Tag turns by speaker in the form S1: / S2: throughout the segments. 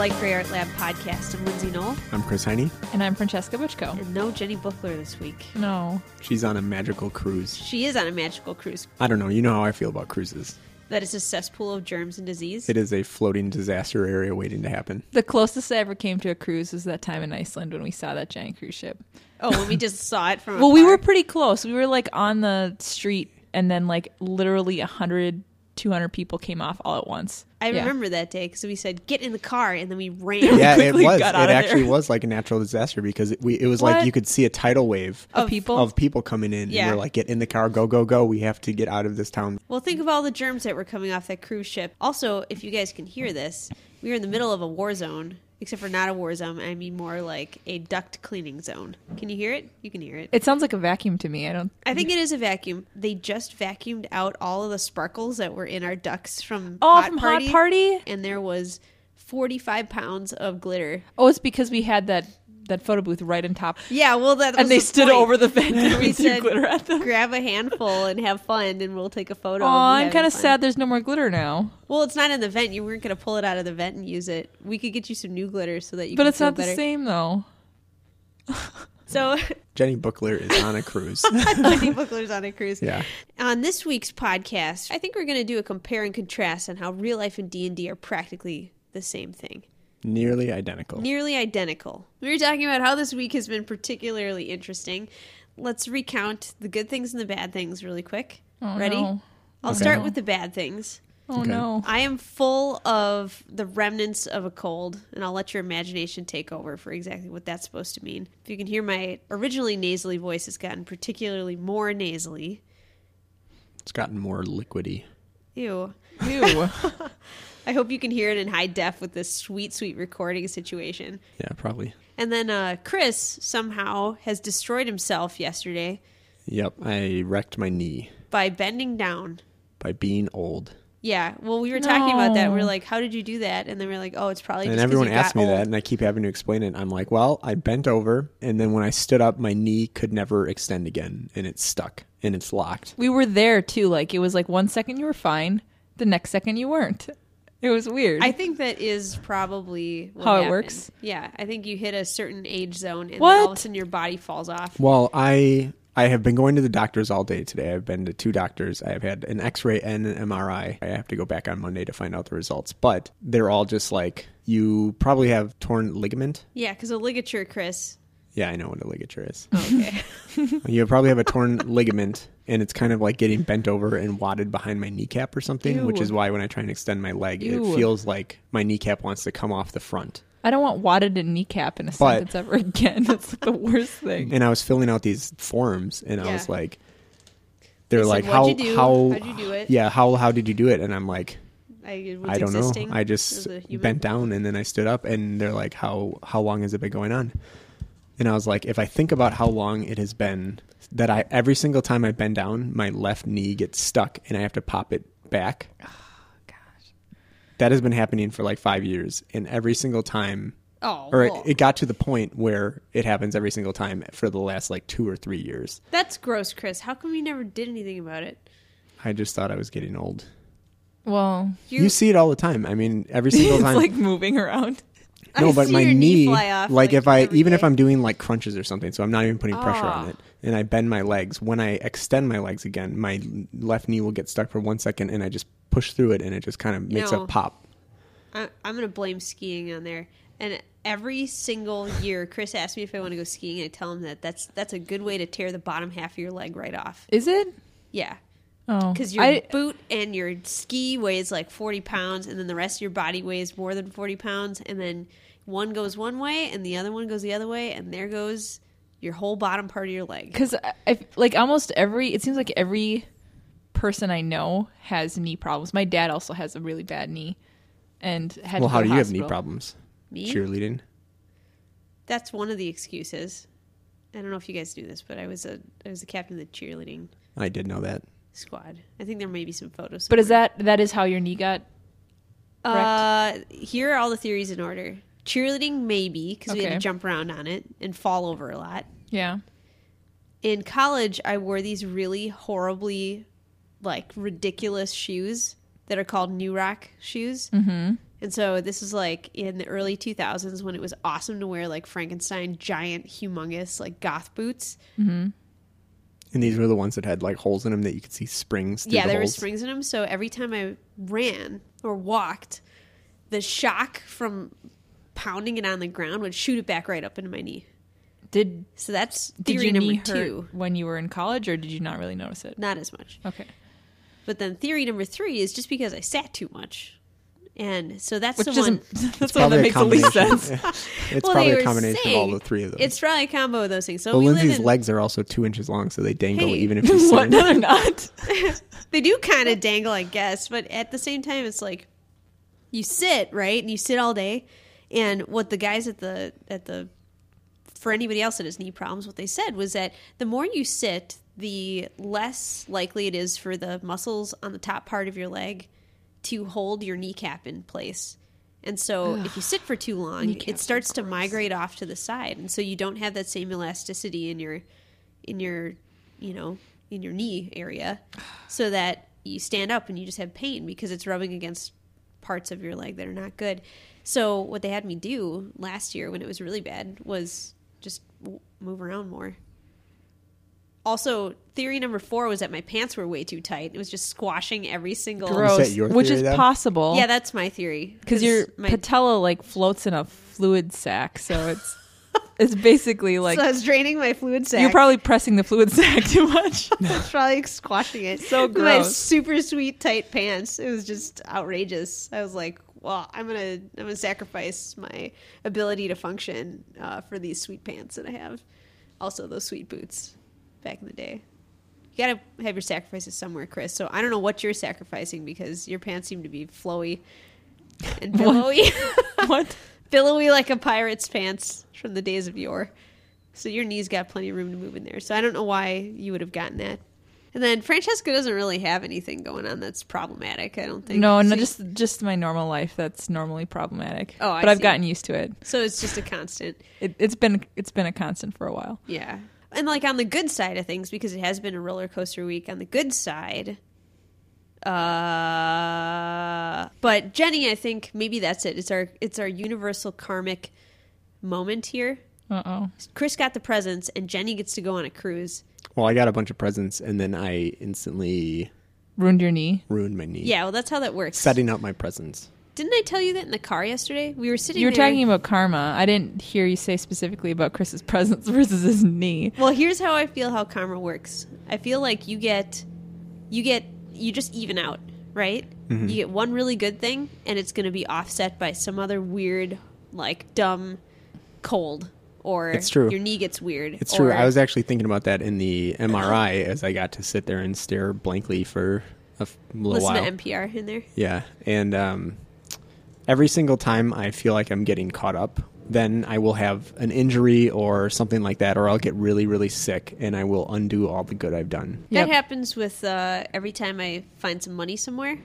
S1: Light Gray Art Lab podcast. I'm Lindsay Knoll,
S2: I'm Chris Heine.
S3: And I'm Francesca Buchko.
S1: and no Jenny Bookler this week.
S3: No.
S2: She's on a magical cruise.
S1: She is on a magical cruise
S2: I don't know. You know how I feel about cruises.
S1: that is a cesspool of germs and disease.
S2: It is a floating disaster area waiting to happen.
S3: The closest I ever came to a cruise was that time in Iceland when we saw that giant cruise ship.
S1: Oh, when we just saw it from.
S3: Well, we
S1: afar.
S3: were pretty close. We were like on the street, and then like literally 100, 200 people came off all at once.
S1: I
S3: Yeah.
S1: remember that day because we said get in the car and then we ran.
S2: Yeah, it
S3: quickly
S2: was. It
S3: got out of
S2: actually
S3: there.
S2: was like a natural disaster because it, we, it was like
S3: What? Oh,
S2: you could see a tidal wave
S3: Of people?
S2: of people coming in,
S1: Yeah.
S2: and we're like, "Get in the car, go, go, go! We have to get out of this town."
S1: Well, think of all the germs that were coming off that cruise ship. Also, if you guys can hear this, we were in the middle of a war zone. Except for not a war zone, I mean more like a duct cleaning zone. Can you hear it? You can hear it.
S3: It sounds like a vacuum to me. I don't.
S1: I think it is a vacuum. They just vacuumed out all of the sparkles that were in our ducks from
S3: Oh,
S1: hot
S3: from
S1: party,
S3: Hot Party?
S1: and there was forty five pounds of glitter.
S3: Oh, it's because we had that that photo booth right on top,
S1: Yeah, well, that was
S3: and they
S1: the
S3: stood
S1: point.
S3: over the vent and we
S1: We
S3: threw
S1: said,
S3: glitter at them.
S1: Grab a handful and have fun, and we'll take a photo.
S3: Oh,
S1: of you
S3: I'm
S1: having
S3: kind of
S1: fun.
S3: sad. There's no more glitter now,
S1: Well, it's not in the vent. You weren't going to pull it out of the vent and use it. We could get you some new glitter so that you.
S3: but
S1: can
S3: it's
S1: feel
S3: not
S1: better.
S3: the same though.
S1: So,
S2: Jenny Bookler is on a cruise.
S1: Tony Bookler's on a cruise.
S2: yeah,
S1: On this week's podcast, I think we're going to do a compare and contrast on how real life and D and D are practically the same thing.
S2: nearly identical.
S1: nearly identical. We were talking about how this week has been particularly interesting. Let's recount the good things and the bad things really quick.
S3: Oh,
S1: Ready?
S3: no.
S1: I'll
S2: Okay.
S1: start with the bad things.
S3: Oh
S2: Okay.
S3: no.
S1: I am full of the remnants of a cold, and I'll let your imagination take over for exactly what that's supposed to mean. If you can hear my originally nasally voice has gotten particularly more nasally.
S2: It's gotten more liquidy.
S1: Ew.
S3: Ew.
S1: I hope you can hear it in high def with this sweet, sweet recording situation.
S2: Yeah, probably.
S1: And then uh, Chris somehow has destroyed himself yesterday
S2: Yep, I wrecked my knee
S1: by bending down.
S2: by being old,
S1: Yeah. Well, we were talking about that. We are
S3: No.
S1: like, how did you do that? And then we are like, oh, it's probably.
S2: and
S1: just 'cause
S2: everyone
S1: you
S2: asked
S1: got
S2: me
S1: old.
S2: that, and I keep having to explain it. I'm like, "Well, I bent over, and then when I stood up, my knee could never extend again, and it's stuck, and it's locked."
S3: we were there too. Like it was like one second you were fine, the next second you weren't. It was weird.
S1: I think that is probably what
S3: How it
S1: happened.
S3: works?
S1: Yeah, I think you hit a certain age zone, and then all of
S3: What?
S1: a sudden your body falls off.
S2: Well, I I have been going to the doctors all day today. I've been to two doctors. I have had an X-ray and an MRI. I have to go back on Monday to find out the results, but they're all just like you probably have torn ligament.
S1: Yeah, because a ligature, Chris.
S2: Yeah, I know what a ligature is.
S1: Oh, Okay.
S2: you probably have a torn ligament, and it's kind of like getting bent over and wadded behind my kneecap or something, which
S3: Ew.
S2: is why when I try and extend my leg,
S3: Ew.
S2: it feels like my kneecap wants to come off the front.
S3: I don't want wadded and kneecap in a sentence ever again. That's like the worst thing.
S2: And I was filling out these forms, and I
S1: Yeah.
S2: was like, they're
S1: said,
S2: like, how,
S1: "What'd you do?
S2: how,
S1: How'd you do it?"
S2: Yeah, how, how did you do it? And I'm like,
S1: I, was
S2: I don't
S1: existing.
S2: know. I
S1: as
S2: just
S1: a human.
S2: bent down and then I stood up and they're like, How how long has it been going on? And I was like, if I think about how long it has been that I every single time I bend down, my left knee gets stuck and I have to pop it back.
S1: Oh,
S2: That has been happening for like five years and every single time
S1: Oh,
S2: or it,
S1: well,
S2: it got to the point where it happens every single time for the last like two or three years.
S1: that's gross, Chris. How come you never did anything about it?
S2: I just thought I was getting old.
S3: Well,
S2: You, see it all the time. I mean, every single
S3: it's
S2: time.
S3: like moving around.
S2: No,
S1: I
S2: but
S1: see
S2: my
S1: your knee
S2: knee,
S1: fly off,
S2: like,
S1: like,
S2: if I
S1: every
S2: even if
S1: day.
S2: I'm doing like crunches or something, so I'm not even putting pressure
S3: Ah.
S2: on it, and I bend my legs. When I extend my legs again, my left knee will get stuck for one second, and I just push through it, and it just kind of makes
S1: No.
S2: a pop.
S1: I, I'm going to blame skiing on there. And every single year, Chris asks me if I want to go skiing, and I tell him that that's that's a good way to tear the bottom half of your leg right off.
S3: Is it?
S1: Yeah,
S3: Oh,
S1: because your
S3: I,
S1: boot and your ski weighs like 40 pounds, and then the rest of your body weighs more than 40 pounds, and then one goes one way, and the other one goes the other way, and there goes your whole bottom part of your leg.
S3: because I, I like almost every. It seems like every person I know has knee problems. My dad also has a really bad knee, and had
S2: Well,
S3: to
S2: how
S3: go
S2: do
S3: to
S2: you have knee
S3: hospital.
S2: problems?
S1: Me?
S2: Cheerleading.
S1: That's one of the excuses. I don't know if you guys do this, but I was a I was the captain of the cheerleading
S2: I did know that.
S1: squad. I think there may be some photos.
S3: But is
S1: somewhere.
S3: that that is how your knee got?
S1: Uh, here are all the theories in order. Cheerleading, maybe, because we had to
S3: Okay.
S1: jump around on it and fall over a lot.
S3: Yeah.
S1: In college, I wore these really horribly, like, ridiculous shoes that are called New Rock shoes. Mm-hmm. And so this is like in the early 2000s when it was awesome to wear like Frankenstein giant humongous like goth boots.
S2: And these were the ones that had like holes in them that you could see springs. Through
S1: yeah,
S2: the
S1: there were
S2: holes.
S1: springs in them. So every time I ran or walked, the shock from pounding it on the ground would shoot it back right up into my knee.
S3: Did
S1: So that's
S3: did
S1: theory
S3: your
S1: number
S3: knee hurt
S1: two.
S3: when you were in college, or did you not really notice it?
S1: Not as much.
S3: Okay,
S1: But then theory number three is just because I sat too much. And so that's
S3: which
S1: the one.
S3: doesn't that's the one that
S2: probably a
S3: makes the least
S2: combination.
S3: sense.
S2: It's
S1: Well, they
S2: probably a
S1: were
S2: combination of all
S1: saying
S2: the three of them.
S1: It's probably a combo of those things. So
S2: well,
S1: we live
S2: Lindsay's
S1: in-
S2: legs are also two inches long, so they dangle
S1: Hey.
S2: even if you
S3: what?
S2: stand.
S3: No, they're not.
S1: they do kind of dangle, I guess, but at the same time, it's like you sit right and you sit all day. And what the guys at the at the for anybody else that has knee problems, what they said was that the more you sit, the less likely it is for the muscles on the top part of your leg to hold your kneecap in place. And so, if you sit for too long, it
S3: Kneecaps are
S1: starts to migrate off to the side, and so you don't have that same elasticity in your in your you know in your knee area, so that you stand up and you just have pain because it's rubbing against parts of your leg that are not good. So what they had me do last year when it was really bad was just w- move around more. Also, theory number four was that my pants were way too tight. It was just squashing every single.
S2: that
S3: Gross.
S2: your
S3: Which
S2: theory,
S3: is
S2: though?
S3: possible.
S1: Yeah, that's my theory.
S3: because your
S1: my
S3: patella like floats in a fluid sac, so it's it's basically like
S1: so I was draining my fluid sac.
S3: you're probably pressing the fluid sac too much.
S1: It's probably squashing it.
S3: So
S1: My
S3: gross.
S1: super sweet tight pants. It was just outrageous. I was like, well, I'm gonna I'm gonna sacrifice my ability to function uh, for these sweet pants that I have. Also, those sweet boots back in the day. You gotta have your sacrifices somewhere, Chris. So I don't know what you're sacrificing because your pants seem to be flowy and billowy,
S3: what?
S1: billowy like a pirate's pants from the days of yore. So your knees got plenty of room to move in there. So I don't know why you would have gotten that. And then Francesca doesn't really have anything going on that's problematic. I don't think.
S3: No,
S1: So
S3: no,
S1: you-
S3: just just my normal life. That's normally problematic.
S1: Oh, I
S3: but I've
S1: see.
S3: gotten used to it.
S1: so it's just a constant.
S3: it. It's been it's been a constant for a while.
S1: Yeah. And like on the good side of things, because it has been a roller coaster week on the good side. Uh, but Jenny, I think maybe that's it. It's our it's our universal karmic moment here.
S3: Uh oh.
S1: Chris got the presents, and Jenny gets to go on a cruise.
S2: Well, I got a bunch of presents, and then I instantly
S3: Ruined your knee.
S2: ruined my knee.
S1: Yeah, well, that's how that works.
S2: Setting up my presents.
S1: Didn't I tell you that in the car yesterday? We were sitting.
S3: You were
S1: there-
S3: talking about karma. I didn't hear you say specifically about Chris's presence versus his knee.
S1: Well, here's how I feel how karma works. I feel like you get you get you just even out, right?
S2: Mm-hmm.
S1: You get one really good thing and it's going to be offset by some other weird like dumb cold or
S2: It's true.
S1: your knee gets weird.
S2: It's true.
S1: or-
S2: I was actually thinking about that in the MRI as I got to sit there and stare blankly for a f- little
S1: listen
S2: while.
S1: to NPR in there.
S2: Yeah, and um, every single time I feel like I'm getting caught up, then I will have an injury or something like that, or I'll get really, really sick, and I will undo all the good I've done.
S3: Yep.
S1: That happens with uh, every time I find some money somewhere.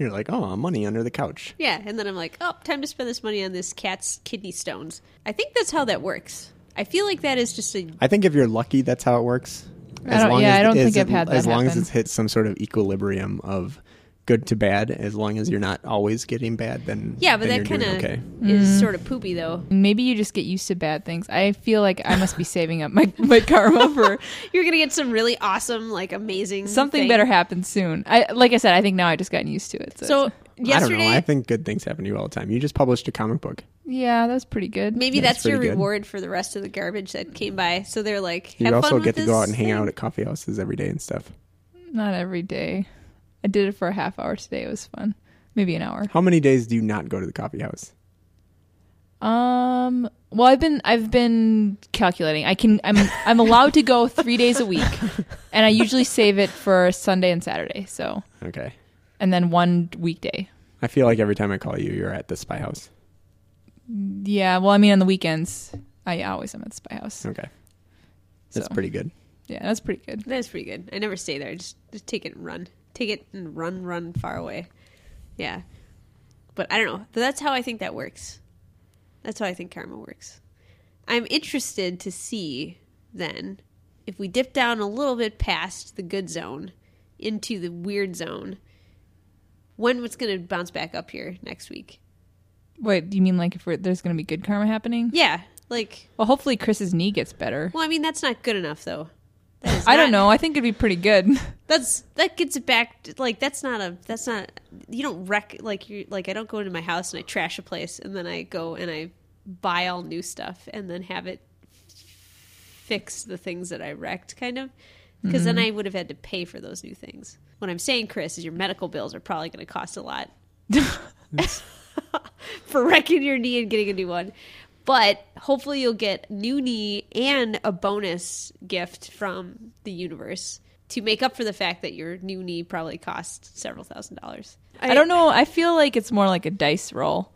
S2: You're like, oh, money under the couch.
S1: Yeah, and then I'm like, oh, time to spend this money on this cat's kidney stones. I think that's how that works. I feel like that is just a
S2: I think if you're lucky, that's how it works.
S3: I don't- yeah, I don't think I've had that
S2: As long as
S3: happen.
S2: it's hit some sort of equilibrium of good to bad, as long as you're not always getting bad, then
S1: Yeah, but
S2: then
S1: that
S2: you're
S1: kind of
S2: doing okay.
S1: is
S3: Mm-hmm.
S1: sort of poopy, though.
S3: Maybe you just get used to bad things. I feel like I must be saving up my, my karma for
S1: You're gonna get some really awesome, like amazing
S3: something
S1: thing.
S3: better happens soon. I like I said, I think now I just gotten used to it. So,
S1: So
S2: I
S1: yesterday,
S2: don't know. I think good things happen to you all the time. You just published a comic book.
S3: yeah, that's pretty good.
S1: maybe
S2: That's
S1: that's your
S2: pretty good.
S1: reward for the rest of the garbage that came by. So they're like,
S2: You
S1: have fun
S2: also
S1: with
S2: get to go
S1: this
S2: out and hang
S1: thing.
S2: out at coffee houses every day and stuff.
S3: not every day. I did it for a half hour today. It was fun. Maybe an hour.
S2: How many days do you not go to the coffee house?
S3: Um. Well, I've been I've been calculating. I can I'm I'm allowed to go three days a week, and I usually save it for Sunday and Saturday. So
S2: Okay.
S3: and then one weekday.
S2: I feel like every time I call you, you're at the spy house.
S3: Yeah. Well, I mean on the weekends I always am at the Spy House.
S2: Okay. That's
S3: So,
S2: pretty good.
S3: Yeah, that's pretty good.
S1: That's pretty good. I never stay there. I Just, just take it and run. Take it and run, run far away. Yeah, but I don't know. That's how I think that works. That's how I think karma works. I'm interested to see then if we dip down a little bit past the good zone into the weird zone. when it's going to bounce back up here next week.
S3: Wait, do you mean like if we're, there's going to be good karma happening?
S1: Yeah, like
S3: Well, hopefully Chris's knee gets better.
S1: well, I mean that's not good enough though. That is
S3: I don't
S1: not-
S3: know. I think it'd be pretty good.
S1: That's that gets it back. Like that's not a that's not you don't wreck like you like I don't go into my house and I trash a place and then I go and I buy all new stuff and then have it fix the things that I wrecked kind of because then I would have had to pay for those new things. What I'm saying, Chris, is your medical bills are probably going to cost a lot for wrecking your knee and getting a new one. But hopefully you'll get new knee and a bonus gift from the universe to make up for the fact that your new knee probably cost several thousand dollars.
S3: I don't know. I feel like it's more like a dice roll.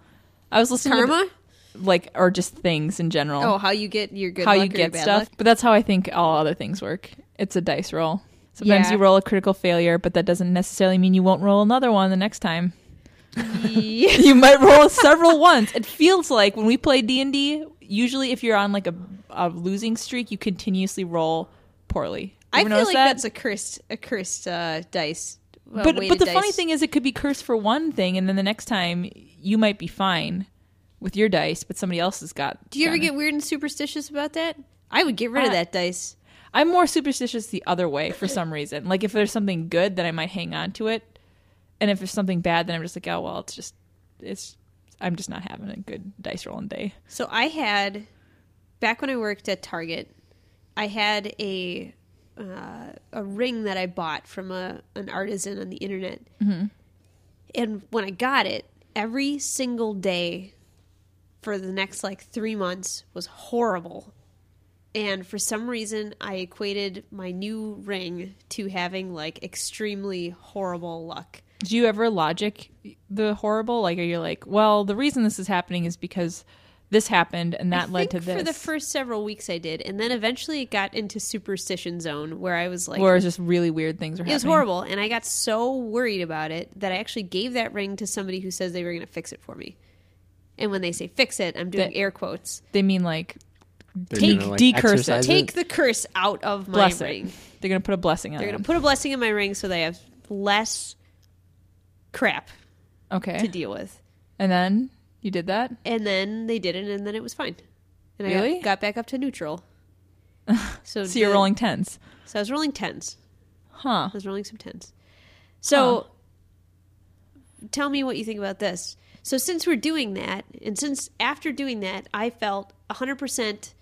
S3: I was listening to-
S1: karma.
S3: like or just things in general.
S1: Oh, how you get your good
S3: how
S1: luck
S3: you
S1: or your
S3: get
S1: bad
S3: stuff.
S1: luck.
S3: But that's how I think all other things work. It's a dice roll. Sometimes
S1: Yeah.
S3: you roll a critical failure, but that doesn't necessarily mean you won't roll another one the next time.
S1: Yeah.
S3: You might roll several ones. It feels like when we play D anD D, usually if you're on like a, a losing streak, you continuously roll poorly. You
S1: I
S3: ever
S1: feel
S3: notice
S1: like
S3: that?
S1: that's a cursed a cursed uh, dice. well,
S3: but but
S1: weighted
S3: the funny
S1: dice.
S3: thing is, it could be cursed for one thing, and then the next time you might be fine with your dice, but somebody else has got.
S1: do you ever
S3: done it.
S1: get weird and superstitious about that? I would get rid of
S3: Uh,
S1: that dice.
S3: I'm more superstitious the other way for some reason. Like if there's something good, then I might hang on to it, and if there's something bad, then I'm just like, oh well, it's just it's. I'm just not having a good dice rolling day.
S1: So I had back when I worked at Target, I had a uh, a ring that I bought from a an artisan on the internet,
S3: Mm-hmm.
S1: and when I got it, every single day for the next like three months was horrible. And for some reason, I equated my new ring to having like extremely horrible luck.
S3: Do you ever logic the horrible? Like, are you like, well, the reason this is happening is because this happened and that
S1: I
S3: led to
S1: think
S3: this?
S1: For the first several weeks, I did, and then eventually it got into superstition zone where I was like,
S3: where it's just really weird things are
S1: it was
S3: happening.
S1: horrible, and I got so worried about it that I actually gave that ring to somebody who says they were going to fix it for me. And when they say fix it, I'm doing
S3: That-
S1: air quotes.
S3: They mean like
S2: They're
S3: Take-
S2: gonna,
S3: decurse it.
S2: exercise
S1: Take the curse out of my
S3: bless
S1: ring.
S3: it. They're gonna put a blessing on.
S1: They're going
S3: them.
S1: to put a blessing in my ring so they have less crap
S3: okay,
S1: to deal with.
S3: and then you did that.
S1: And then they did it, and then it was fine. And I
S3: Really?
S1: got, got back up to neutral. So,
S3: So you're
S1: the-
S3: rolling tens,
S1: So I was rolling tens.
S3: huh?
S1: I was rolling some tens. So tell me what you think about this. So since we're doing that, and since after doing that, I felt 100%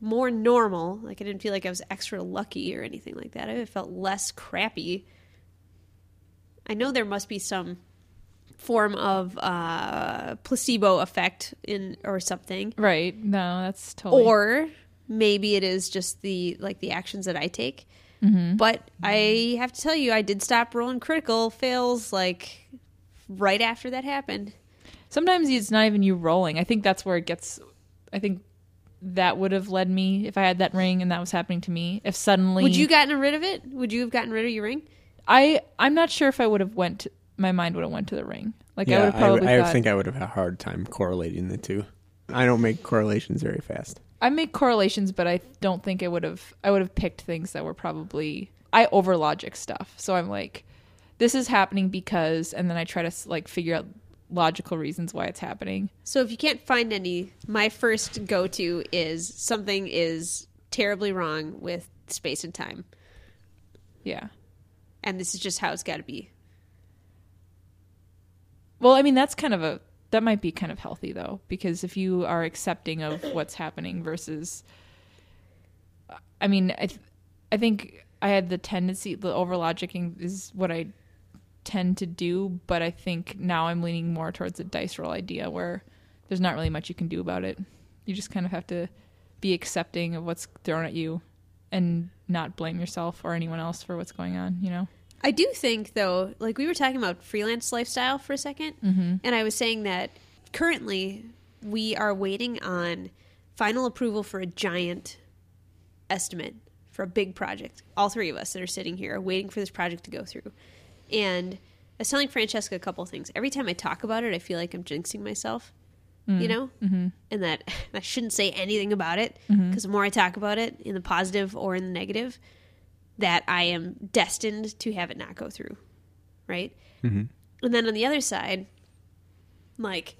S1: more normal. Like I didn't feel like I was extra lucky or anything like that. I felt less crappy. I know there must be some form of uh, placebo effect in or something
S3: Right? No, that's totally.
S1: or maybe it is just the like the actions that I take. But I have to tell you, I did stop rolling critical fails like right after that happened.
S3: sometimes it's not even you rolling. I think that's where it gets. I think that would have led me if I had that ring and that was happening to me. If suddenly
S1: Would you gotten rid of it? Would you have gotten rid of your ring?
S3: I I'm not sure if I would have went. To, my mind would have went to the ring. Like I
S2: Yeah,
S3: would have probably.
S2: I, would
S3: thought,
S2: think I would have had a hard time correlating the two. I don't make correlations very fast.
S3: I make correlations, but I don't think I would have. I would have picked things that were probably I over logic stuff. So I'm like, this is happening because, and then I try to s- like figure out logical reasons why it's happening.
S1: So if you can't find any, my first go to is something is terribly wrong with space and time,
S3: Yeah.
S1: and this is just how it's got to be.
S3: Well, I mean that's kind of a that might be kind of healthy though because if you are accepting of what's happening versus I mean I th- I think I had the tendency the overlogicking is what I tend to do, but I think now I'm leaning more towards the dice roll idea where there's not really much you can do about it. You just kind of have to be accepting of what's thrown at you and not blame yourself or anyone else for what's going on, you know.
S1: I do think though, like we were talking about freelance lifestyle for a 2nd and I was saying that currently we are waiting on final approval for a giant estimate for a big project. All three of us that are sitting here are waiting for this project to go through. And I was telling Francesca a couple of things. Every time I talk about it, I feel like I'm jinxing myself, you know, mm-hmm. and that I shouldn't say anything about it because the more I talk about it, in the positive or in the negative, that I am destined to have it not go through, right? And then on the other side, like,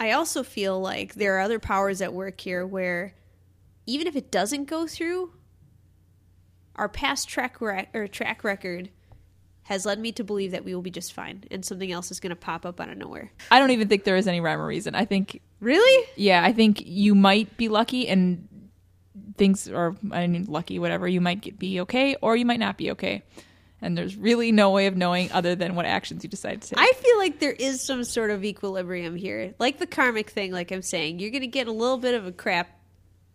S1: I also feel like there are other powers at work here where even if it doesn't go through, our past track rec- or track record has led me to believe that we will be just fine and something else is going to pop up out of nowhere.
S3: I don't even think there is any rhyme or reason. I think
S1: Really?
S3: yeah, I think you might be lucky and things or I mean lucky whatever, you might get, be okay or you might not be okay. And there's really no way of knowing other than what actions you decide to take.
S1: I feel like there is some sort of equilibrium here. Like the karmic thing, like I'm saying, you're going to get a little bit of a crap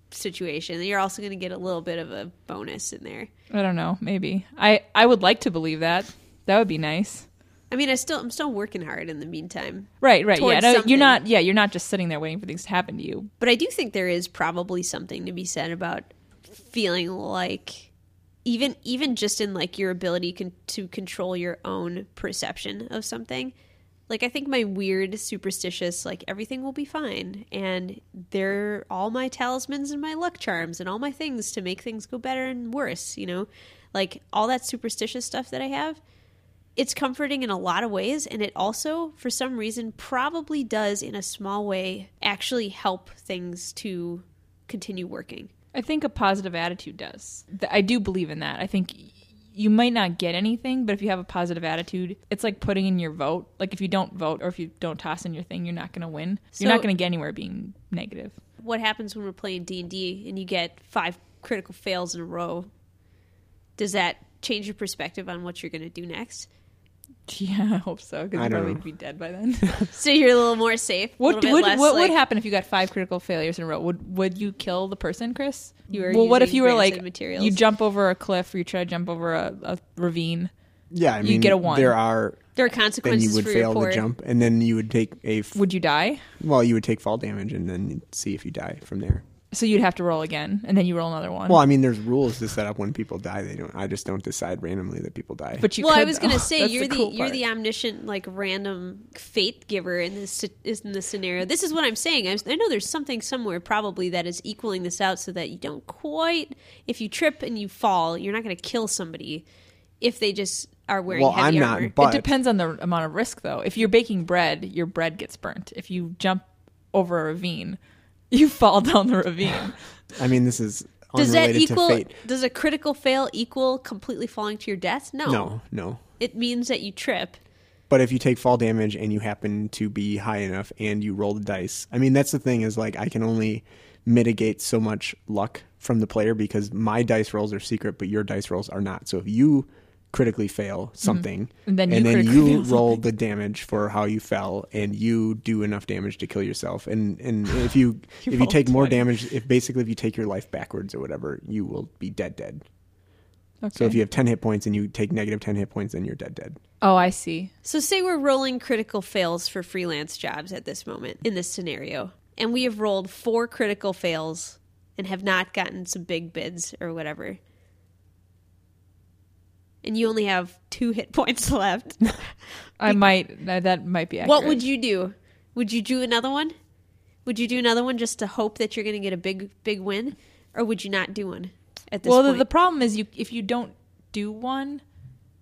S1: situation. And you're also going to get a little bit of a bonus in there.
S3: I don't know, maybe. I I would like to believe that. That would be nice.
S1: I mean, I still I'm still working hard in the meantime,
S3: Right, right. Yeah,
S1: Towards
S3: no,
S1: something.
S3: you're not yeah, you're not just sitting there waiting for things to happen to you.
S1: but I do think there is probably something to be said about feeling like even even just in like your ability con- to control your own perception of something. Like I think my weird superstitious like everything will be fine and they're all my talismans and my luck charms and all my things to make things go better and worse, you know? Like all that superstitious stuff that I have it's comforting in a lot of ways and it also for some reason probably does in a small way actually help things to continue working
S3: I think a positive attitude does. Th- I do believe in that. I think y- you might not get anything, but if you have a positive attitude, it's like putting in your vote. Like if you don't vote or if you don't toss in your thing, you're not going to win.
S1: So-
S3: you're not going to get anywhere being negative.
S1: what happens when we're playing d&d and you get five critical fails in a row does that change your perspective on what you're going to do next
S3: Yeah, I hope so because
S2: I
S3: you
S2: don't
S3: probably
S2: know.
S3: be dead by then.
S1: so you're a little more safe a
S3: what
S1: little bit
S3: would
S1: less,
S3: what
S1: like,
S3: would happen if you got five critical failures in a row? Would would you kill the person, Chris?
S1: You are
S3: well, what if
S1: using
S3: you were
S1: rancid
S3: like
S1: materials.
S3: you jump over a cliff or you try to jump over a, a ravine?
S2: Yeah, I
S3: You'd
S2: mean,
S3: get a one.
S2: There are
S1: there are
S2: then
S1: consequences
S2: you would
S1: for
S2: fail
S1: your poor
S2: the jump, and then you would take a f-
S3: Would you die?
S2: well, you would take fall damage, and then you'd see if you die from there.
S3: So you'd have to roll again, and then you roll another one.
S2: Well, I mean, there's rules to set up when people die. They don't. I just don't decide randomly that people die.
S3: but you
S1: well, I
S3: could,
S1: was
S3: though.
S1: gonna say
S3: That's
S1: you're the,
S3: cool
S1: you're
S3: part.
S1: the omniscient like random fate giver in this in this scenario. This is what I'm saying. I, I know there's something somewhere probably that is equaling this out so that you don't quite. If you trip and you fall, you're not gonna kill somebody if they just are wearing.
S2: well, I'm
S1: heavy
S2: not.
S1: armor.
S2: But
S3: it depends on the amount of risk, though. If you're baking bread, your bread gets burnt. If you jump over a ravine, you fall down the ravine.
S2: I mean, this is
S1: Does that
S2: unrelated
S1: equal?
S2: to fate.
S1: Does a critical fail equal completely falling to your death? No.
S2: No, no.
S1: It means that you trip.
S2: But if you take fall damage and you happen to be high enough and you roll the dice, I mean, that's the thing is like I can only mitigate so much luck from the player because my dice rolls are secret, but your dice rolls are not. So if you critically fail something
S3: Mm-hmm. And then you
S2: and then
S3: critically
S2: you
S3: fail
S2: roll the damage for how you fell and you do enough damage to kill yourself and and if you, if you
S3: rolled
S2: take more
S3: 20.
S2: damage if basically if you take your life backwards or whatever you will be dead dead
S3: Okay.
S2: so if you have 10 hit points and you take negative 10 hit points then you're dead dead
S3: oh, I see.
S1: So, say we're rolling critical fails for freelance jobs at this moment in this scenario, and we have rolled four critical fails and have not gotten some big bids or whatever. And you only have two hit points left.
S3: I might. That that might be. Accurate.
S1: what would you do? Would you do another one? Would you do another one just to hope that you're going to get a big, big win? Or would you not do one at this
S3: well, the,
S1: point?
S3: the problem is you if you don't do one,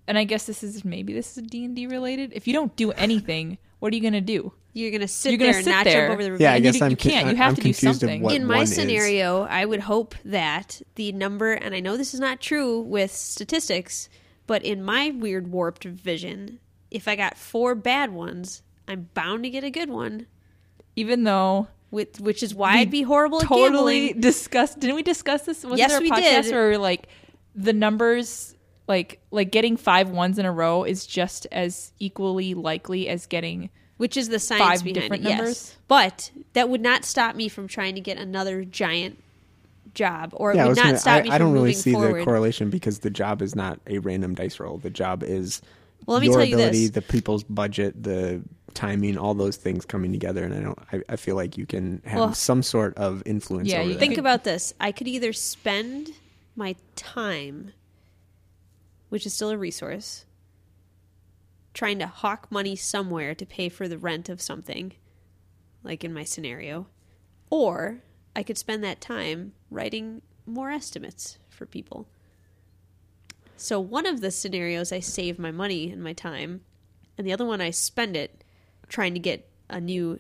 S3: and I guess this is maybe this is D and D related. If you don't do anything, what are you gonna do?
S1: you're going to sit
S3: you're gonna
S1: there and
S3: sit
S1: not
S3: there.
S1: jump over the ravine.
S2: Yeah, I
S3: And you
S2: guess
S3: do-
S2: I'm
S3: you
S2: con-
S3: can't. You
S2: I'm-
S3: have
S2: I'm
S3: to do
S2: confused
S3: something.
S2: Of what
S1: in my
S2: one is.
S1: scenario, I would hope that the number, and I know this is not true with statistics, but in my weird warped vision, if I got four bad ones, I'm bound to get a good one,
S3: Even though
S1: with, which is why I'd be horrible at
S3: totally
S1: gambling.
S3: discussed. Didn't we discuss this? Was
S1: Yes,
S3: there a
S1: we
S3: podcast
S1: did.
S3: where we were like the numbers, like like getting five ones in a row is just as equally likely as getting.
S1: Which is the science
S3: Five
S1: behind
S3: different
S1: it, yes.
S3: numbers?
S1: But that would not stop me from trying to get another giant job, or it
S2: Yeah, I
S1: would
S2: was
S1: not
S2: gonna,
S1: stop
S2: I,
S1: me
S2: I
S1: from
S2: don't really
S1: moving
S2: see
S1: forward.
S2: the correlation because the job is not a random dice roll. The job is
S1: Well, let me
S2: your
S1: tell you
S2: ability,
S1: this.
S2: the people's budget, the timing, all those things coming together. And I don't, I, I feel like you can have
S1: Well-
S2: some sort of influence.
S3: Yeah,
S2: over
S3: you
S2: that.
S1: Think
S3: Could-
S1: about this. I could either spend my time, which is still a resource, trying to hawk money somewhere to pay for the rent of something, like in my scenario, or I could spend that time writing more estimates for people. So, one of the scenarios, I save my money and my time, and the other one I spend it trying to get a new.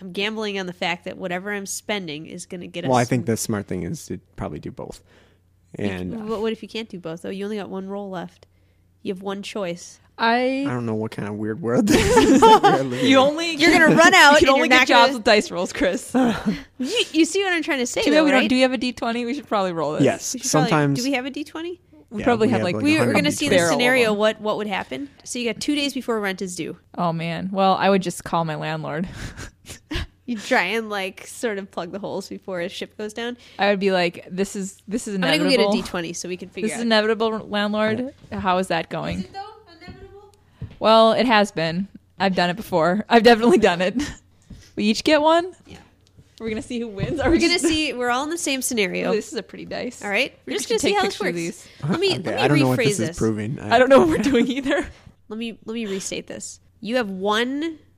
S1: I'm gambling on the fact that whatever I'm spending is going to get
S2: Well,
S1: us.
S2: I think the smart thing is to probably do both. And
S1: What, what if you can't do both though? You only got one roll left. You have one choice.
S2: I
S3: I
S2: don't know what kind of weird world this is. that we're living
S3: you
S2: in.
S3: only
S1: You're going to run out.
S3: you can
S1: and
S3: only
S1: you're not
S3: get
S1: gonna-
S3: jobs with dice rolls, Chris. Too
S1: You, you see what I'm trying to say?
S3: bad
S1: Though,
S3: we
S1: right?
S3: don't. Do you have a D twenty? We should probably roll this.
S2: Yes,
S1: We should probably-
S2: sometimes
S1: do we have a D20?
S3: we
S2: Yeah,
S3: probably
S2: we
S3: have
S2: have,
S3: like.
S2: like,
S1: We, we're
S2: 100
S1: going to see
S2: barrel
S1: the
S2: of
S1: scenario. What what would happen? So you got two days before rent is due.
S3: Oh man. Well, I would just call my landlord.
S1: You try and like sort of plug the holes before a ship goes down.
S3: I would be like, "This is this is
S1: I'm going to
S3: inevitable.
S1: go get a D20 so we can figure
S3: this is
S1: out.
S3: inevitable, landlord. How is that going?
S1: it though inevitable?
S3: Well, it has been. I've done it before. I've definitely done it. We each get one.
S1: Yeah.
S3: We're gonna see who wins. Are
S1: We're going to see. We're all in the same scenario.
S3: Oh, this is a pretty dice.
S1: All right, we're
S3: We
S1: just
S3: should
S1: gonna see
S3: take
S1: how this
S3: pictures
S1: works.
S3: of these.
S1: Let me
S2: Okay,
S1: let me
S2: I don't
S1: rephrase
S2: know what this, is proving.
S3: I don't know what we're doing either.
S1: Let me let me restate this. You have one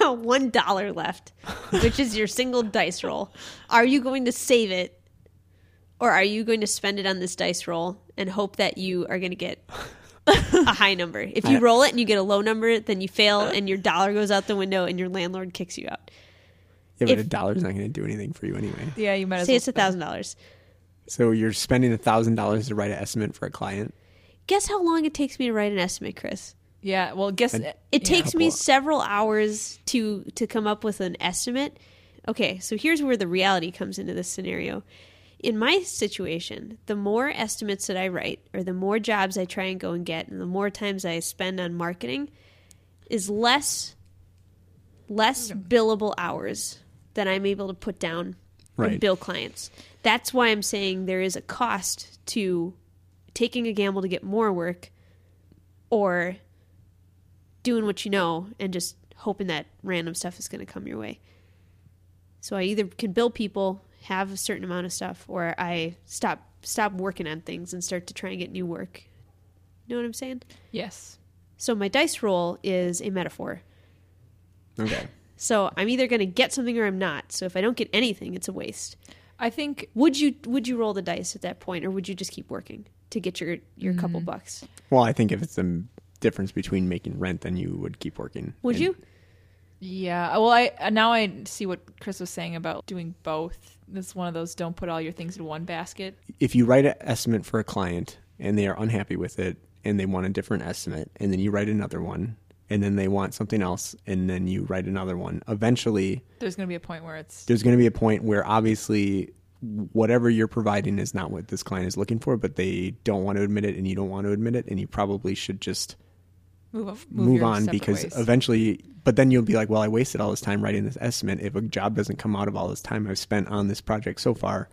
S1: one dollar left, which is your single dice roll. Are you going to save it, or are you going to spend it on this dice roll and hope that you are going to get a high number? If you
S2: I-
S1: roll it and you get a low number, then you fail, and your dollar goes out the window, and your landlord kicks you out.
S2: Yeah, but
S1: If-
S2: a dollar's not going to do anything for you anyway.
S3: Yeah, you might as
S1: Say
S3: well
S1: it's a thousand dollars.
S2: So you're spending a thousand dollars to write an estimate for a client.
S1: Guess how long it takes me to write an estimate, Chris?
S3: Yeah. Well, guess
S2: And-
S1: It
S3: yeah.
S1: takes me
S2: Couple-
S1: several hours to to come up with an estimate. Okay, so here's where the reality comes into this scenario. In my situation, the more estimates that I write or the more jobs I try and go and get and the more times I spend on marketing is less less billable hours than I'm able to put down and
S2: Right.
S1: bill clients. That's why I'm saying there is a cost to taking a gamble to get more work or doing what you know and just hoping that random stuff is going to come your way. So I either can bill people, have a certain amount of stuff, or I stop stop working on things and start to try and get new work. You know what I'm saying?
S3: Yes.
S1: So my dice roll is a metaphor.
S2: Okay.
S1: So I'm either going to get something or I'm not. So if I don't get anything, it's a waste.
S3: I think
S1: Would you would you roll the dice at that point or would you just keep working to get your your
S2: Mm-hmm.
S1: couple bucks?
S2: Well, I think if it's the difference between making rent, then you would keep working.
S1: Would
S2: And-
S1: you?
S3: Yeah. uh, Well, I now I see what Chris was saying about doing both. This is one of those don't put all your things in one basket.
S2: If you write an estimate for a client and they are unhappy with it and they want a different estimate, and then you write another one, and then they want something else, and then you write another one, eventually
S3: There's going to be a point where it's
S2: there's going to be a point where obviously whatever you're providing is not what this client is looking for, but they don't want to admit it, and you don't want to admit it, and you probably should just
S3: move off, move,
S2: move,
S3: your
S2: on
S3: separate
S2: because
S3: ways.
S2: eventually but then you'll be like well i wasted all this time writing this estimate if a job doesn't come out of all this time i've spent on this project so far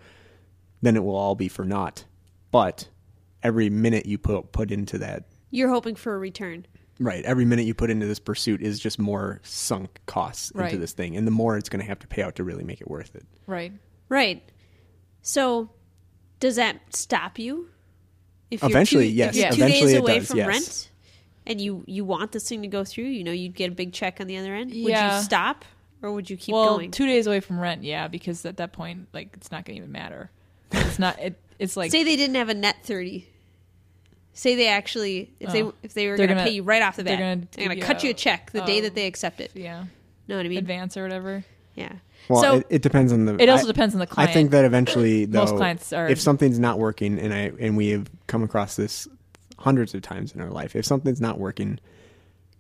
S2: then it will all be for naught but every minute you put put into that
S1: You're hoping for a return.
S2: right every minute you put into this pursuit is just more sunk costs
S3: Right.
S2: into this thing and the more it's going to have to pay out to really make it worth it
S3: right.
S1: Right. So, does that stop you? If
S2: Eventually,
S1: two,
S2: yes.
S1: If you're two
S2: Eventually
S1: days
S2: it
S1: away
S2: does,
S1: from
S2: yes.
S1: rent, and you you want this thing to go through, you know you'd get a big check on the other end. Would
S3: Yeah.
S1: you stop or would you keep
S3: well,
S1: going?
S3: two days away from rent, yeah, because at that point, like, it's not going to even matter. It's not. It, it's like
S1: Say they didn't have a net thirty. Say they actually, if they
S3: Oh.
S1: if they were
S3: They're
S1: going to
S3: gonna-
S1: pay you right off the
S3: they're
S1: bat,
S3: gonna
S1: they're going
S3: give
S1: to
S3: you
S1: cut you
S3: a-
S1: a check the day
S3: oh.
S1: that they accept it.
S3: yeah,
S1: Know what I mean?
S3: advance or whatever.
S1: Yeah.
S2: well
S1: so
S2: it, it depends on the
S3: It also
S2: I-
S3: depends on the client.
S2: I think that eventually, though,
S3: Most clients are-
S2: if something's not working, and I and we have come across this hundreds of times in our life, if something's not working,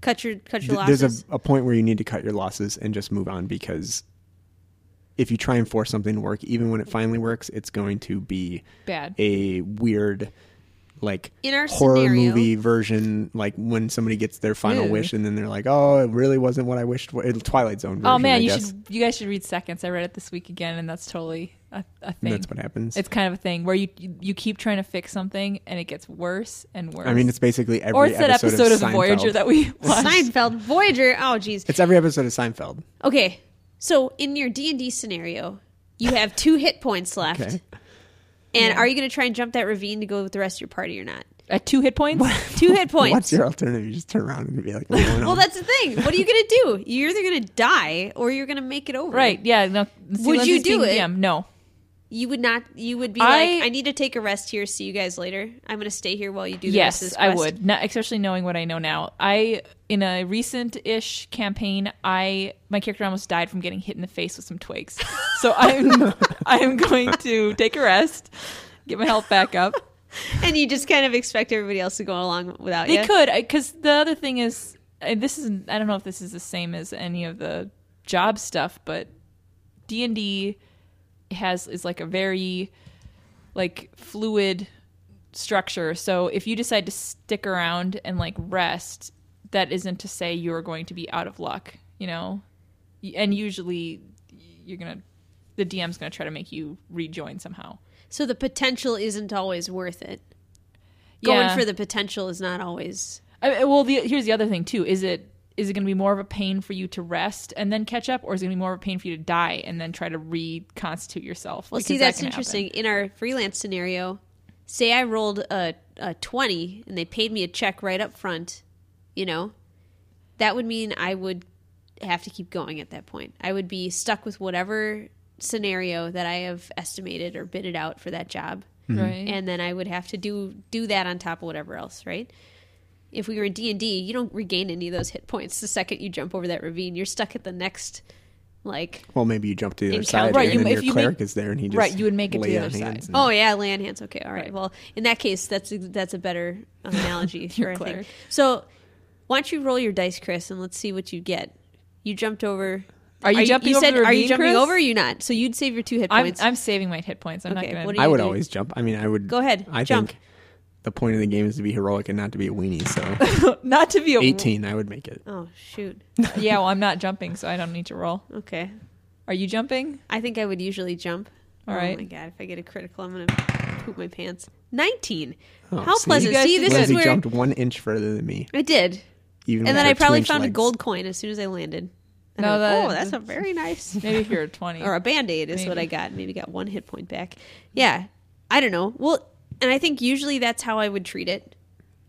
S1: cut your cut your
S2: th-
S1: losses.
S2: there's a, a point where you need to cut your losses and just move on because if you try and force something to work, even when it finally works, it's going to be
S3: bad.
S2: a weird, like
S1: In our
S2: horror
S1: scenario-
S2: movie version, like when somebody gets their final
S3: Ew.
S2: wish and then they're like, "Oh, it really wasn't what I wished." For. It- Twilight Zone. Version,
S3: oh man,
S2: I
S3: you
S2: guess.
S3: should. You guys should read seconds. I read it this week again, and that's totally a, a thing.
S2: That's what happens.
S3: It's kind of a thing where you you keep trying to fix something and it gets worse and worse.
S2: I mean, it's basically every
S3: or it's that
S2: episode,
S3: episode of,
S2: Seinfeld.
S3: Voyager that we watched.
S1: Seinfeld, Voyager. Oh, jeez.
S2: It's every episode of Seinfeld.
S1: Okay, so in your D and D scenario, you have two hit points left,
S2: Okay.
S1: and are you going to try and jump that ravine to go with the rest of your party or not?
S3: At two hit points,
S1: Two hit points.
S2: What's your alternative? You just turn around and be like, "We're going
S1: well,
S2: home."
S1: that's the thing. What are you going to do? You're either going to die or you're going to make it over.
S3: right? Yeah. No, see,
S1: Would you
S3: Lindsay's
S1: do
S3: being
S1: it?
S3: DM. No.
S1: You would not. You would be
S3: I-
S1: like, I need to take a rest here. See you guys later. I'm going to stay here while you do the rest of
S3: yes
S1: this
S3: i
S1: quest."
S3: would not, especially knowing what i know now i in a recent-ish campaign i my character almost died from getting hit in the face with some twigs so i'm i'm going to take a rest get my health back up
S1: And you just kind of expect everybody else to go along without
S3: they
S1: you.
S3: could because the other thing is uh, this is i don't know if this is the same as any of the job stuff but d&d has is like a very like fluid structure so if you decide to stick around and like rest that isn't to say you're going to be out of luck you know Y- and usually you're gonna the dm's gonna try to make you rejoin somehow
S1: So the potential isn't always worth it. Going
S3: Yeah.
S1: for the potential is not always.
S3: I, I- well, the, here's the other thing too: is it is it going to be more of a pain for you to rest and then catch up, or is it going to be more of a pain for you to die and then try to reconstitute yourself?
S1: Well,
S3: Because
S1: see,
S3: that
S1: that's
S3: can happen.
S1: interesting. In our freelance scenario, say I rolled a, a 20 and they paid me a check right up front, you know, that would mean I would have to keep going at that point. I would be stuck with whatever scenario that I have estimated or bidded out for that job.
S3: right?
S1: and then I would have to do do that on top of whatever else, right? If we were in D and D, you don't regain any of those hit points the second you jump over that ravine. You're stuck at the next, like,
S2: Well, maybe you jump to the other
S1: Encounter.
S2: side,
S3: Right,
S2: and
S3: you-
S2: then
S3: if
S2: your
S3: you
S2: cleric
S3: make-
S2: is there, and he just
S3: right, you would make it to
S2: lay
S3: the
S2: on
S3: other
S2: hands
S3: side.
S2: and-
S1: oh yeah, land hands. Okay, all right. Well, in that case, that's that's a better analogy
S3: Your
S1: for I think.
S3: cleric.
S1: So, why don't you roll your dice, Chris, and let's see what you get. You jumped over.
S3: Are you jumping over
S1: said,
S3: the
S1: Are you
S3: ravine,
S1: jumping
S3: Chris?
S1: over? Or are you not? So you'd save your two hit
S3: I'm,
S1: points.
S3: I'm saving my hit points. I'm
S1: Okay,
S3: not
S1: what do
S3: going to.
S1: you-
S2: I would
S1: do?
S2: always jump. I mean, I would
S1: Go ahead,
S2: I
S1: jump.
S2: think the point of the game is to be heroic and not to be a weenie. So
S3: Not to be a,
S2: eighteen, I would make it.
S1: oh shoot.
S3: Yeah, well, I'm not jumping, so I don't need to roll.
S1: Okay.
S3: Are you jumping?
S1: I think I would usually jump.
S3: All
S1: oh
S3: right.
S1: my god, if I get a critical, I'm gonna poop my pants. Nineteen.
S2: Oh,
S1: How
S2: see?
S1: pleasant.
S3: You guys
S1: See,
S3: did
S1: this
S3: good.
S1: is
S2: Lindsay
S1: where
S2: jumped one inch further than me,
S1: I did,
S2: even
S1: and
S2: with
S1: then
S2: her
S1: I probably
S2: two-inch
S1: found a
S2: legs.
S1: gold coin as soon as I landed. And
S3: No,
S1: I was like,
S3: that-
S1: oh, that's a very nice.
S3: Maybe if you're a 20.
S1: or a band aid is what
S3: Maybe.
S1: I got. Maybe got one hit point back. Yeah, I don't know. Well, and I think usually that's how I would treat it.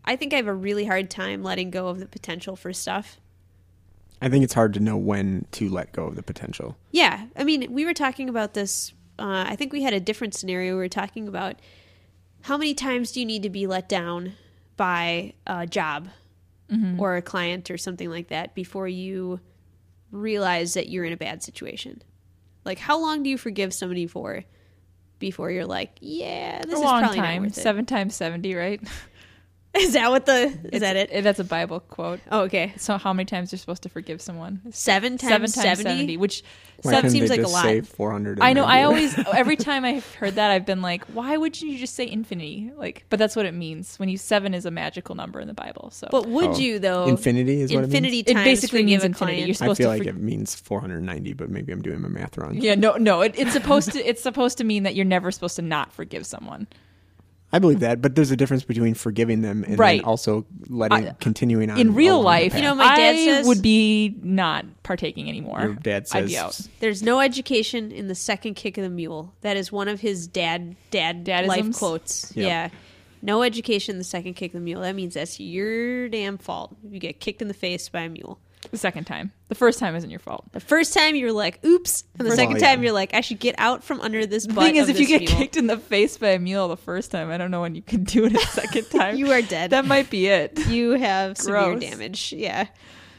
S1: I think I have a really hard time letting go of the potential for stuff.
S2: I think it's hard to know when to let go of the potential.
S1: Yeah, I mean, we were talking about this. Uh, I think we had a different scenario. We were talking about how many times do you need to be let down by a job
S3: Mm-hmm.
S1: or a client or something like that before you realize that you're in a bad situation? Like, how long do you forgive somebody for before you're like, yeah, this
S3: a
S1: is
S3: long
S1: probably not
S3: time.
S1: worth it?
S3: Seven times 70, right? Is
S1: Is that what the is that it?
S3: That's a Bible quote.
S1: Oh, okay,
S3: So, how many times you're supposed to forgive someone?
S1: seven times
S3: Seven times
S1: 70?
S3: 70 which
S2: Why
S1: Seven
S2: couldn't
S1: seems
S2: they
S1: like a
S2: just
S1: lot.
S2: say 400 and
S3: I know.
S2: then
S3: I
S2: do it?
S3: always, every time I've heard that, I've been like, why would you just say infinity? Like, but that's what it means when you seven is a magical number in the Bible. So
S1: But would
S2: Oh.
S1: you though?
S2: Infinity is what it means?
S1: infinity
S3: it
S1: times
S3: basically
S1: forgive
S3: means
S1: a
S3: infinity.
S1: client?
S3: You're
S2: I
S3: supposed
S2: feel
S3: to.
S2: like
S3: forg-
S2: it means 490, but maybe I'm doing my math wrong.
S3: yeah, no, no. It, it's supposed to. It's supposed to mean that you're never supposed to not forgive someone.
S2: I believe that, but there's a difference between forgiving them and
S3: Right.
S2: then also letting
S3: I-
S2: continuing on
S3: In real
S2: along the
S3: life,
S2: path.
S1: You know, my dad
S3: I
S1: says-
S3: would be not partaking anymore.
S2: Your dad
S3: I'd be out.
S2: says
S1: There's no education in the second kick of the mule. That is one of his dad dad
S3: Dadisms?
S1: life quotes.
S2: Yep.
S1: Yeah. No education in the second kick of the mule. That means that's your damn fault. if You get kicked in the face by a mule.
S3: The second time, the first time isn't your fault.
S1: The first time you're like, oops. And the
S2: First-
S1: second
S2: Well, Oh, yeah.
S1: time you're like, I should get out from under this
S3: The
S1: butt.
S3: thing is,
S1: of
S3: if you
S1: this
S3: get
S1: mule.
S3: kicked in the face by a mule the first time, I don't know when you can do it a second time.
S1: you are dead.
S3: that might be it,
S1: you have severe
S3: Gross.
S1: damage. Yeah.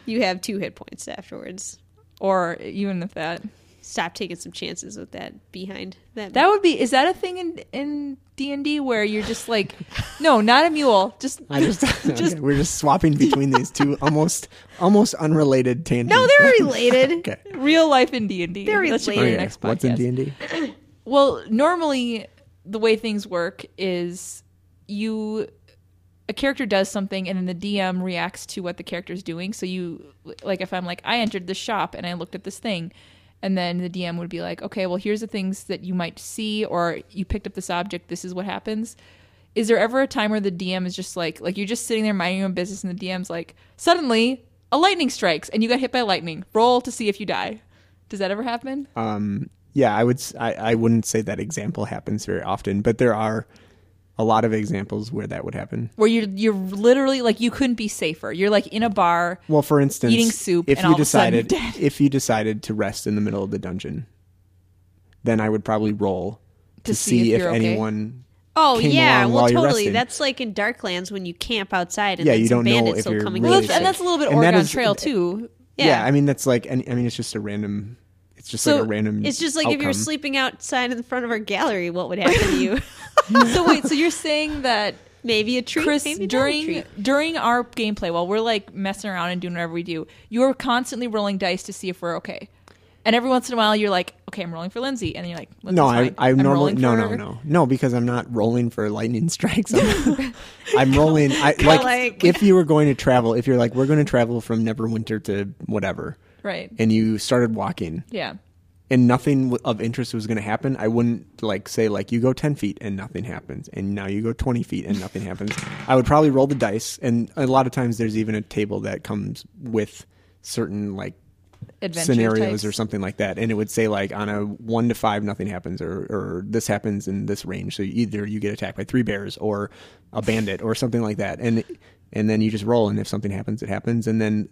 S1: You have two hit points afterwards.
S3: or even if that.
S1: Stop taking some chances with that behind that.
S3: That would be. Is that a thing in in D and D where you're just like, no, not a mule. Just
S2: I just, okay, we're just swapping between these two almost almost unrelated tangents.
S1: no, they're related.
S2: okay.
S3: real life in D and D.
S1: They're
S3: That should be
S1: related.
S2: Okay,
S3: the next podcast.
S2: Oh, What's in D and D?
S3: Well, normally the way things work is you a character does something and then the DM reacts to what the character's doing. So you like if I'm like I entered the shop and I looked at this thing and then the DM would be like, "Okay, well here's the things that you might see or you picked up this object, this is what happens." Is there ever a time where the DM is just like like you're just sitting there minding your own business and the DM's like, "Suddenly, a lightning strikes and you got hit by lightning. Roll to see if you die." Does that ever happen?
S2: Um, yeah, I would. s- I, I wouldn't say that example happens very often, but there are a lot of examples where that would happen.
S3: where you're you're literally like you couldn't be safer. You're like in a bar.
S2: Well, for instance,
S3: Eating soup
S2: If
S3: and
S2: you
S3: all of a sudden you're
S2: decided, if you decided to rest in the middle of the dungeon, then I would probably roll
S3: To
S2: to, see, if,
S3: you're okay.
S2: anyone.
S1: Oh
S2: came
S1: yeah,
S2: along
S1: well
S2: while you're
S1: totally.
S2: resting.
S1: That's like in Darklands when you camp outside and
S2: Yeah,
S1: then
S2: you
S1: some
S2: don't know
S1: bandits
S2: if
S1: will
S2: you're
S1: come and get
S2: really
S3: Well,
S1: you.
S3: that's, and that's a little bit
S2: And that
S3: Oregon
S2: is-
S3: Trail too.
S1: Yeah.
S2: I mean that's like any, I mean it's just a random. It's just like
S3: So,
S2: a random.
S1: It's just like if you
S2: outcome.
S1: were sleeping outside in the front of our gallery, what would happen to you?
S3: so wait, so you're saying that
S1: maybe a treat,
S3: Chris
S1: maybe not a
S3: during
S1: treat.
S3: during our gameplay while we're like messing around and doing whatever we do, you're constantly rolling dice to see if we're okay. And every once in a while, you're like, "Okay, I'm rolling for Lindsay," and you're like, Lindsay's
S2: No, I,
S3: fine.
S2: I
S3: I'm
S2: normally
S3: rolling
S2: no
S3: for
S2: no no no because I'm not rolling for lightning strikes. I'm, I'm rolling. I, like,
S1: like-
S2: if you were going to travel, if you're like we're going to travel from Neverwinter to whatever,
S3: right,
S2: and you started walking
S3: yeah,
S2: and nothing w- of interest was going to happen, I wouldn't like say like you go ten feet and nothing happens, and now you go twenty feet and nothing happens. I would probably roll the dice, and a lot of times there's even a table that comes with certain like
S3: adventure
S2: scenarios
S3: types.
S2: or something like that and it would say like on a one to five nothing happens or or this happens in this range so either you get attacked by three bears or a bandit or something like that and and then you just roll and if something happens it happens and then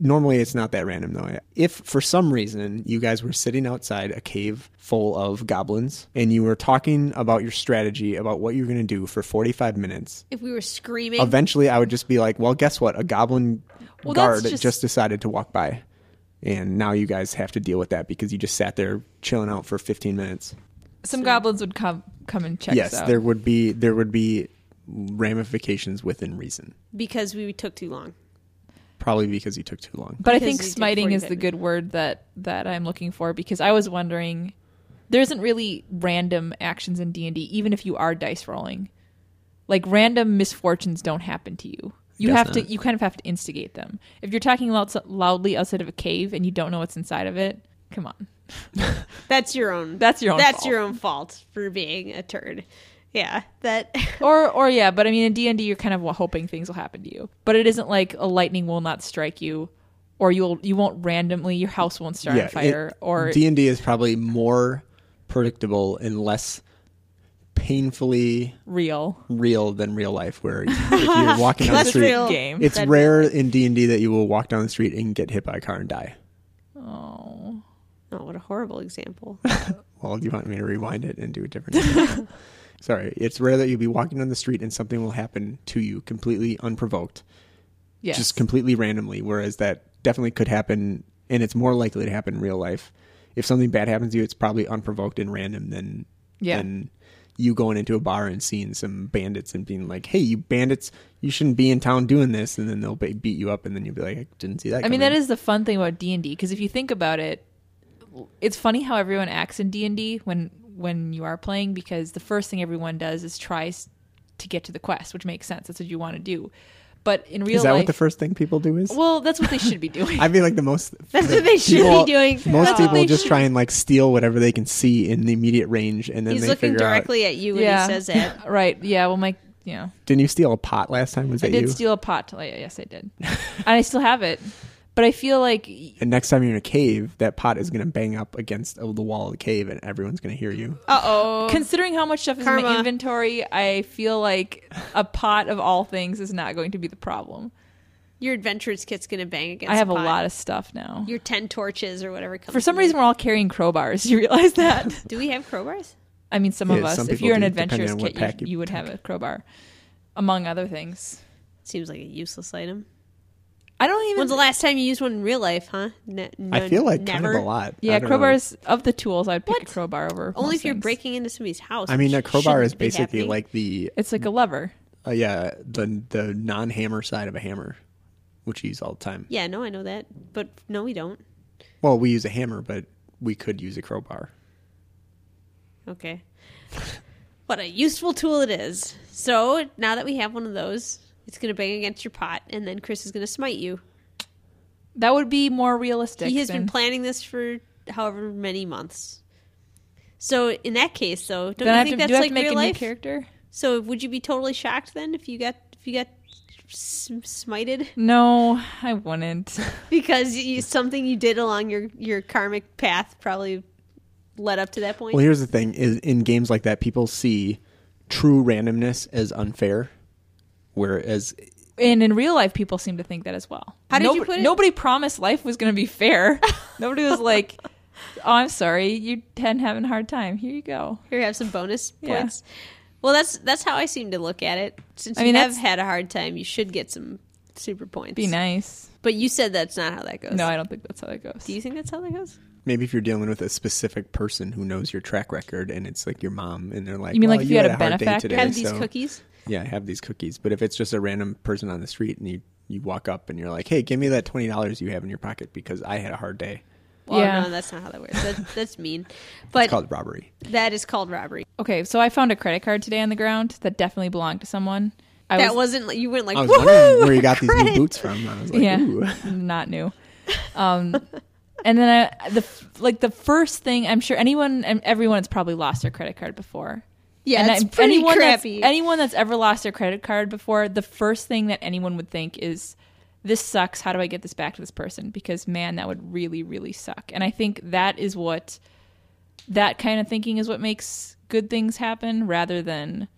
S2: normally it's not that random though if for some reason you guys were sitting outside a cave full of goblins and you were talking about your strategy about what you're going to do for 45 minutes
S1: If we were screaming,
S2: eventually I would just be like, well, guess what? A goblin
S3: Well, that's
S2: guard
S3: just-
S2: just... decided to walk by. And now you guys have to deal with that because you just sat there chilling out for 15 minutes.
S3: Some goblins would come come and check.
S2: yes,
S3: us out.
S2: there would be there would be ramifications within reason.
S1: because we took too long.
S2: Probably because you took too long.
S3: But I
S1: Because
S3: think
S1: you did
S3: smiting is the
S1: 45
S3: good word that that I'm looking for because I was wondering there isn't really random actions in D&D even if you are dice rolling. Like random misfortunes don't happen to you. You
S2: Guess
S3: have to
S2: not.
S3: you kind of have to instigate them. If you're talking loud, loudly outside of a cave and you don't know what's inside of it, come on.
S1: That's your own.
S3: That's your own
S1: That's
S3: fault.
S1: your own fault for being a turd. Yeah, that.
S3: Or or yeah, but I mean in D&D you're kind of hoping things will happen to you. But it isn't like a lightning will not strike you or you'll you won't randomly your house won't start on fire or
S2: D&D is probably more predictable and less painfully
S3: real.
S2: real than real life where if you're walking down the
S1: Less
S2: street
S1: real.
S3: game.
S2: it's
S1: than real
S2: rare in D&D that you will walk down the street and get hit by a car and die.
S3: Oh.
S1: Oh, what a horrible example.
S2: Well, do you want me to rewind it and do it differently? Sorry, it's rare that you'll be walking down the street and something will happen to you completely unprovoked,
S3: Yes.
S2: just completely randomly. Whereas that definitely could happen, and it's more likely to happen in real life. If something bad happens to you, it's probably unprovoked and random than
S3: Yeah.
S2: than you going into a bar and seeing some bandits and being like, "Hey, you bandits, you shouldn't be in town doing this," and then they'll be- beat you up, and then you'll be like, "I didn't see that."
S3: I
S2: coming."
S3: mean, that is the fun thing about D and D because if you think about it, it's funny how everyone acts in D and D when when you are playing because the first thing everyone does is tries to get to the quest, which makes sense. That's what you want to do. But in real
S2: Is that
S3: life,
S2: what the first thing people do is?
S3: well, that's what they should be doing.
S2: I feel like the most
S1: That's what they should
S2: People-
S1: be doing.
S2: Most
S1: That's what
S2: people
S1: they
S2: just
S1: should-
S2: try and like steal whatever they can see in the immediate range, and then
S1: He's
S2: they
S1: looking
S2: figure
S1: directly at you when
S3: yeah,
S1: he says that.
S3: right? Yeah. Well, my yeah,
S2: out. Didn't you steal a pot last time? Was
S3: I
S2: that
S3: did
S2: you?
S3: steal a pot. Oh, yeah, yes, I did, and I still have it. But I feel like
S2: and next time you're in a cave, that pot is going to bang up against the wall of the cave, and everyone's going to hear you.
S1: Uh oh.
S3: considering how much stuff is in my
S1: Karma.
S3: inventory, I feel like a pot of all things is not going to be the problem.
S1: Your adventurous kit's gonna bang against.
S3: I have
S1: the
S3: a
S1: pot.
S3: lot of stuff now.
S1: Your ten torches or whatever comes.
S3: For some
S1: in.
S3: reason, we're all carrying crowbars. You realize that?
S1: do we have crowbars?
S3: I mean, some of
S2: Yeah,
S3: us.
S2: some
S3: if
S2: people
S3: you're an
S2: do,
S3: adventurous
S2: depending on
S3: kid,
S2: what pack
S3: you,
S2: you
S3: you would have a crowbar, among other things.
S1: Seems like a useless item.
S3: I don't even.
S1: When's the last time you used one in real life, huh? Ne-
S2: I
S1: no-
S2: feel like
S1: never.
S2: kind of a lot. I
S3: yeah,
S2: don't
S3: crowbars of the tools, I'd pick a
S1: What?
S3: crowbar over.
S1: Only
S3: most
S1: if you're
S3: things.
S1: breaking into somebody's house.
S2: know. I mean, a
S1: which
S2: crowbar
S1: shouldn't
S2: is
S1: be
S2: basically
S1: happening.
S2: like the
S3: It's like a lever.
S2: uh, yeah the the non hammer side of a hammer, which you use all the time.
S1: Yeah, no, I know that, but no, we don't.
S2: Well, we use a hammer, but we could use a crowbar.
S1: Okay. what a useful tool it is. So now that we have one of those, it's going to bang against your pot, and then Chris is going to smite you.
S3: That would be more realistic.
S1: He has been
S3: than-
S1: planning this for however many months. So in that case, though, don't
S3: then I
S1: you
S3: have
S1: think
S3: to,
S1: that's
S3: do I have
S1: like
S3: to make
S1: real
S3: a
S1: life?
S3: new character?
S1: So would you be totally shocked then if you got if you got s- smited
S3: No, I wouldn't.
S1: because you, something you did along your your karmic path probably led up to that point?
S2: Well, here's the thing: is in games like that, people see true randomness as unfair, whereas
S3: and in real life, people seem to think that as well.
S1: How did you
S3: Nobo-
S1: put it?
S3: Nobody promised life was going to be fair. nobody was like, Oh, I'm sorry. You ten having a hard time. Here you go.
S1: Here, have some bonus
S3: Yeah.
S1: points. Well, that's that's how I seem to look at it. Since
S3: I mean,
S1: you have
S3: that's-
S1: had a hard time, you should get some super points.
S3: Be nice.
S1: But you said that's not how that goes.
S3: No, I don't think that's how that goes.
S1: Do you think that's how that goes?
S2: Maybe if you're dealing with a specific person who knows your track record and it's like your mom and they're like,
S3: You mean
S2: "Well,
S3: like if you had a
S2: hard day
S3: benefactor?
S2: today,
S1: have these
S2: so-
S1: cookies?
S2: Yeah, I have these cookies. But if it's just a random person on the street and you, you walk up and you're like, hey, give me that $20 you have in your pocket because I had a hard day.
S1: Well,
S3: Yeah.
S1: no, that's not how that works. That's, that's mean.
S2: It's
S1: But
S2: called robbery.
S1: that is called robbery.
S3: okay, so I found a credit card today on the ground that definitely belonged to someone. I
S1: that
S3: was
S1: was, not like you weren't like,
S2: I was
S1: woohoo!
S2: wondering where you got these
S1: credit."
S2: new boots from. I was like,
S3: yeah,
S2: ooh.
S3: not new. Um, and then I, the f- like the first thing I'm sure anyone and everyone's probably lost their credit card before.
S1: Yeah,
S3: and
S1: it's
S3: I'm-
S1: pretty
S3: anyone
S1: crappy.
S3: That's, anyone that's ever lost their credit card before, the first thing that anyone would think is, "This sucks. How do I get this back to this person?" Because man, that would really, really suck. And I think that is what that kind of thinking is what makes good things happen, rather than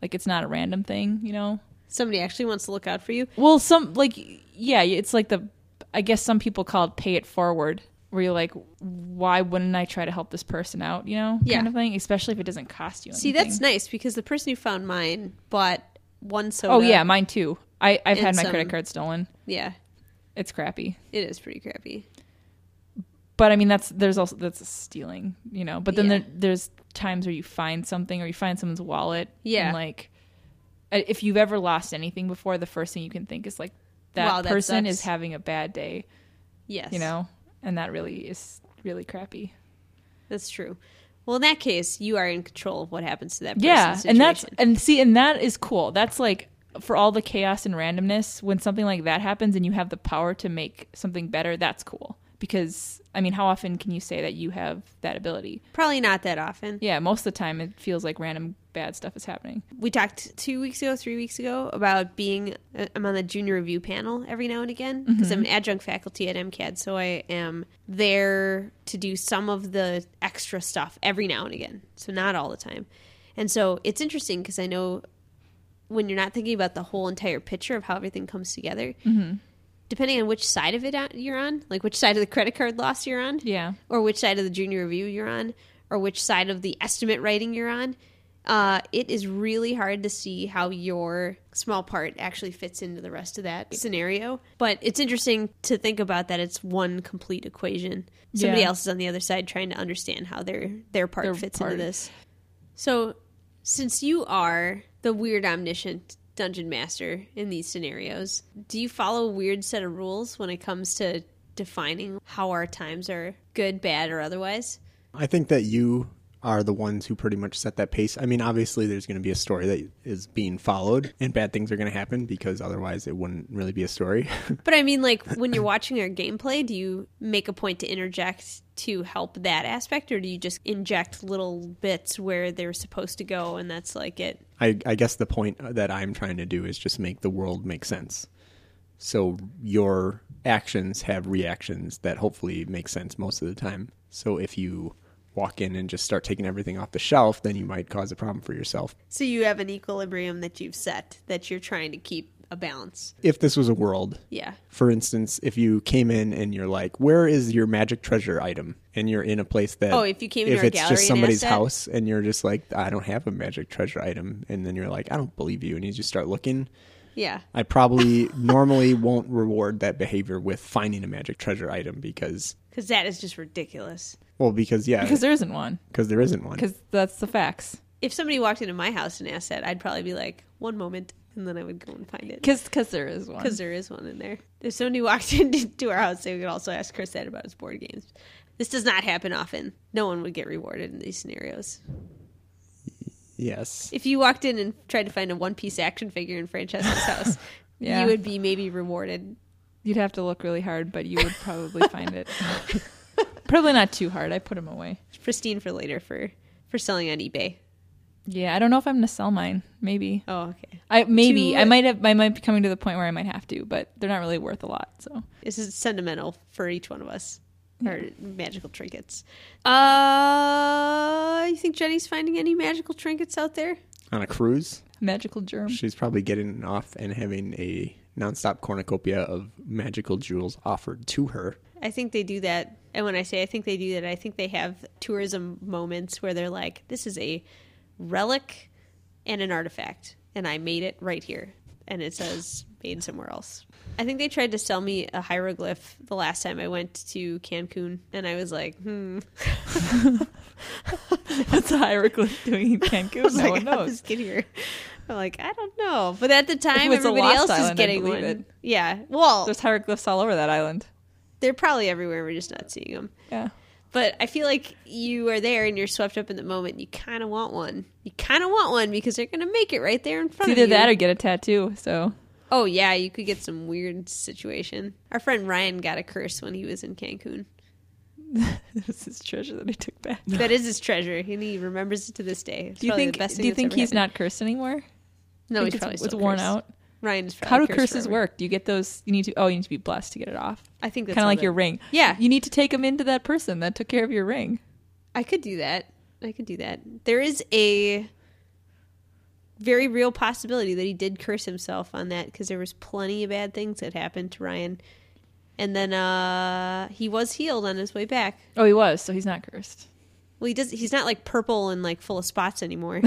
S3: like it's not a random thing, you know.
S1: Somebody actually wants to look out for you.
S3: Well, some like yeah, it's like the I guess some people call it pay it forward, where you're like, why wouldn't I try to help this person out? You know,
S1: Yeah.
S3: kind of thing. Especially if it doesn't cost you.
S1: See,
S3: anything.
S1: that's nice because the person who found mine bought one soda.
S3: oh yeah, mine too. I I've had
S1: And
S3: my
S1: some-
S3: credit card stolen.
S1: Yeah,
S3: It's crappy,
S1: it is pretty crappy.
S3: but I mean that's there's also that's stealing, you know. But then
S1: Yeah.
S3: there, there's times where you find something or you find someone's wallet.
S1: Yeah.
S3: and like I- if you've ever lost anything before, the first thing you can think is like that
S1: Wow, that
S3: person
S1: sucks.
S3: is having a bad day,
S1: Yes.
S3: you know, and that really is really crappy.
S1: That's true. Well, in that case, you are in control of what happens to that person.
S3: yeah and that's
S1: situation.
S3: and see and that is cool that's like for all the chaos and randomness when something like that happens and you have the power to make something better that's cool because i mean how often can you say that you have that ability
S1: probably not that often.
S3: yeah most of the time it feels like random bad stuff is happening
S1: We talked two weeks ago, three weeks ago about being. uh, I'm on the junior review panel every now and again because I'm an adjunct faculty at MCAD, so I am there to do some of the extra stuff every now and again. So not all the time, and so it's interesting because I know when you're not thinking about the whole entire picture of how everything comes together. Depending on which side of it uh, you're on, like which side of the credit card loss you're on,
S3: yeah
S1: or which side of the junior review you're on, or which side of the estimate writing you're on, uh, it is really hard to see how your small part actually fits into the rest of that scenario. But it's interesting to think about that it's one complete equation. Somebody
S3: Yeah.
S1: else is on the other side trying to understand how their their part
S3: Their
S1: fits
S3: part.
S1: into this. So, since you are the weird omniscient dungeon master in these scenarios, do you follow a weird set of rules when it comes to defining how our times are good, bad, or otherwise?
S2: I think that you are the ones who pretty much set that pace. I mean, obviously, there's going to be a story that is being followed, and bad things are going to happen because otherwise it wouldn't really be a story.
S1: But I mean, like, when you're watching our gameplay, do you make a point to interject to help that aspect, or do you just inject little bits where they're supposed to go and that's like it?
S2: I, I guess the point that I'm trying to do is just make the world make sense. So your actions have reactions that hopefully make sense most of the time. So if you walk in and just start taking everything off the shelf, then you might cause a problem for yourself.
S1: So you have an equilibrium that you've set that you're trying to keep a balance.
S2: If this was a world,
S1: Yeah.
S2: for instance, if you came in and you're like, "Where is your magic treasure item?" and you're in a place that
S1: Oh, if you came
S2: if
S1: into our
S2: it's
S1: gallery
S2: just
S1: and
S2: somebody's
S1: asked that?
S2: house and you're just like, "I don't have a magic treasure item," and then you're like, "I don't believe you," and you just start looking,
S1: Yeah.
S2: I probably normally won't reward that behavior with finding a magic treasure item because,
S1: Because that is just ridiculous.
S2: well, because yeah,
S3: because there isn't one
S2: because there isn't one.
S3: because that's the facts
S1: if somebody walked into my house and asked that, I'd probably be like, one moment, and then I would go and find it.
S3: because there is one
S1: Because there is one in there. If somebody walked into to our house, they would also ask Chris that about his board games. This does not happen often. No one would get rewarded in these scenarios.
S2: Yes,
S1: If you walked in and tried to find a one piece action figure in Francesca's house,
S3: Yeah.
S1: you would be maybe rewarded.
S3: you'd have to look really hard but you would probably find it probably not too hard i put them away
S1: Pristine for later for, for selling on eBay.
S3: yeah i don't know if i'm gonna sell mine maybe
S1: Oh, okay.
S3: I maybe
S1: to-
S3: I might have I might be coming to the point where I might have to, but they're not really worth a lot. So
S1: This is sentimental for each one of us. Or magical trinkets. Uh, you think Jenny's finding any magical trinkets out there?
S2: on a cruise,
S3: magical germ.
S2: she's probably getting off and having a nonstop cornucopia of magical jewels offered to her.
S1: I think they do that. And when I say I think they do that, I think they have tourism moments where they're like, this is a relic and an artifact. And I made it right here. And it says made somewhere else. I think they tried to sell me a hieroglyph the last time I went to Cancun. And I was like, hmm.
S3: What's a hieroglyph doing in Cancun?
S1: I was
S3: no
S1: like,
S3: one
S1: how did
S3: knows.
S1: this get here? I'm like, I don't know. But at the time,
S3: was a
S1: everybody
S3: lost
S1: else is
S3: island, I
S1: getting one.
S3: believe it.
S1: Yeah. Well,
S3: There's hieroglyphs all over that island.
S1: they're probably everywhere. We're just not seeing them.
S3: Yeah.
S1: But I feel like you are there and you're swept up in the moment. You kind of want one. You kind of want one because they're going to make it right there in
S3: It's
S1: front of
S3: either
S1: you.
S3: that or get a tattoo. So
S1: oh yeah, you could get some weird situation. Our friend Ryan got a curse when he was in Cancun.
S3: this is treasure that I took back.
S1: That is his treasure, and he remembers it to this day. It's
S3: Do you
S1: probably
S3: think?
S1: the best thing
S3: Do you
S1: that's
S3: think
S1: ever
S3: he's
S1: happened.
S3: not cursed anymore?
S1: No,
S3: Think
S1: he's probably
S3: it's,
S1: still
S3: it's worn
S1: cursed.
S3: out.
S1: Ryan's
S3: How
S1: probably
S3: do
S1: cursed
S3: curses
S1: forever.
S3: work? Do you get those? You need to. Oh, you need to be blessed to get it off.
S1: I think that's
S3: Kind of
S1: all
S3: like
S1: that-
S3: your ring.
S1: Yeah.
S3: You need to take them into that person that took care of your ring.
S1: I could do that. I could do that. There is a very real possibility that he did curse himself on that because there was plenty of bad things that happened to Ryan. And then uh he was healed on his way back.
S3: Oh, he was. So he's not cursed.
S1: Well, he does. He's not like purple and like full of spots anymore.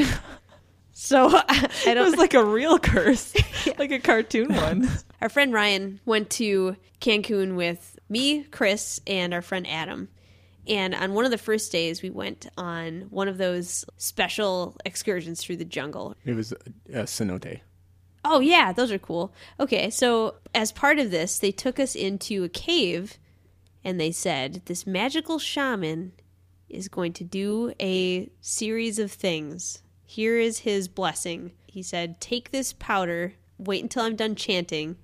S1: so I, I
S3: It
S1: don't.
S3: was like a real curse, like a cartoon one.
S1: Our friend Ryan went to Cancun with me, Chris, and our friend Adam. And on one of the first days, we went on one of those special excursions through the jungle.
S2: It was a cenote.
S1: Oh, yeah, those are cool. Okay, so as part of this, they took us into a cave and they said, This magical shaman is going to do a series of things. Here is his blessing. He said, Take this powder, wait until I'm done chanting,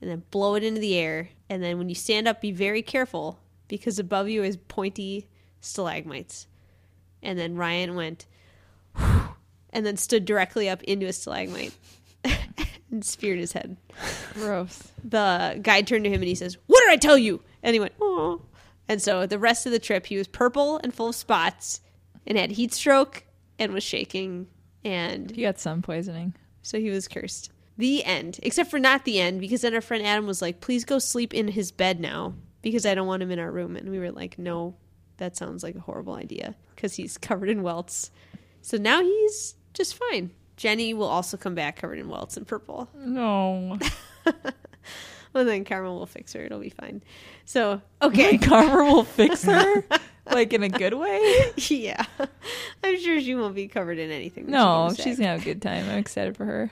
S1: and then blow it into the air. And then when you stand up, be very careful because above you is pointy stalagmites. And then Ryan went, and then stood directly up into a stalagmite and speared his head.
S3: Gross.
S1: The guide turned to him and he says, What did I tell you? And he went, Oh. And so the rest of the trip, he was purple and full of spots and had heat stroke and was shaking. And
S3: He got some poisoning.
S1: so he was cursed. The end. Except for not the end, because then our friend Adam was like, please go sleep in his bed now, because I don't want him in our room. And we were like, no, that sounds like a horrible idea, because he's covered in welts. So now he's just fine. Jenny will also come back covered in welts and purple.
S3: No.
S1: Well, then Carmel will fix her. It'll be fine. So,
S3: Oh
S1: okay.
S3: Carver will fix her, like in a good way.
S1: yeah. I'm sure she won't be covered in anything. when she
S3: No,
S1: comes back.
S3: she's gonna have a good time. I'm excited for her.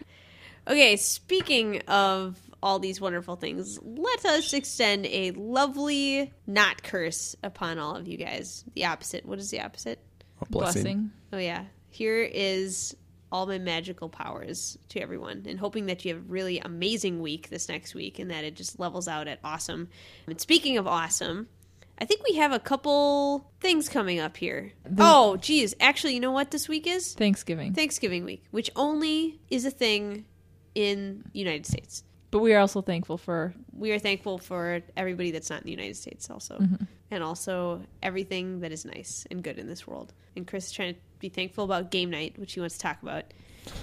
S1: Okay, speaking of all these wonderful things, let us extend a lovely not curse upon all of you guys. The opposite. What is the opposite?
S2: A blessing.
S1: Oh, yeah. Here is all my magical powers to everyone, and hoping that you have a really amazing week this next week and that it just levels out at awesome. And speaking of awesome, I think we have a couple things coming up here. oh, geez. Actually, you know what this week is?
S3: Thanksgiving.
S1: Thanksgiving week, which only is a thing in the United States.
S3: But we are also thankful for
S1: We are thankful for everybody that's not in the United States, also, and also everything that is nice and good in this world. And Chris is trying to be thankful about game night, which he wants to talk about.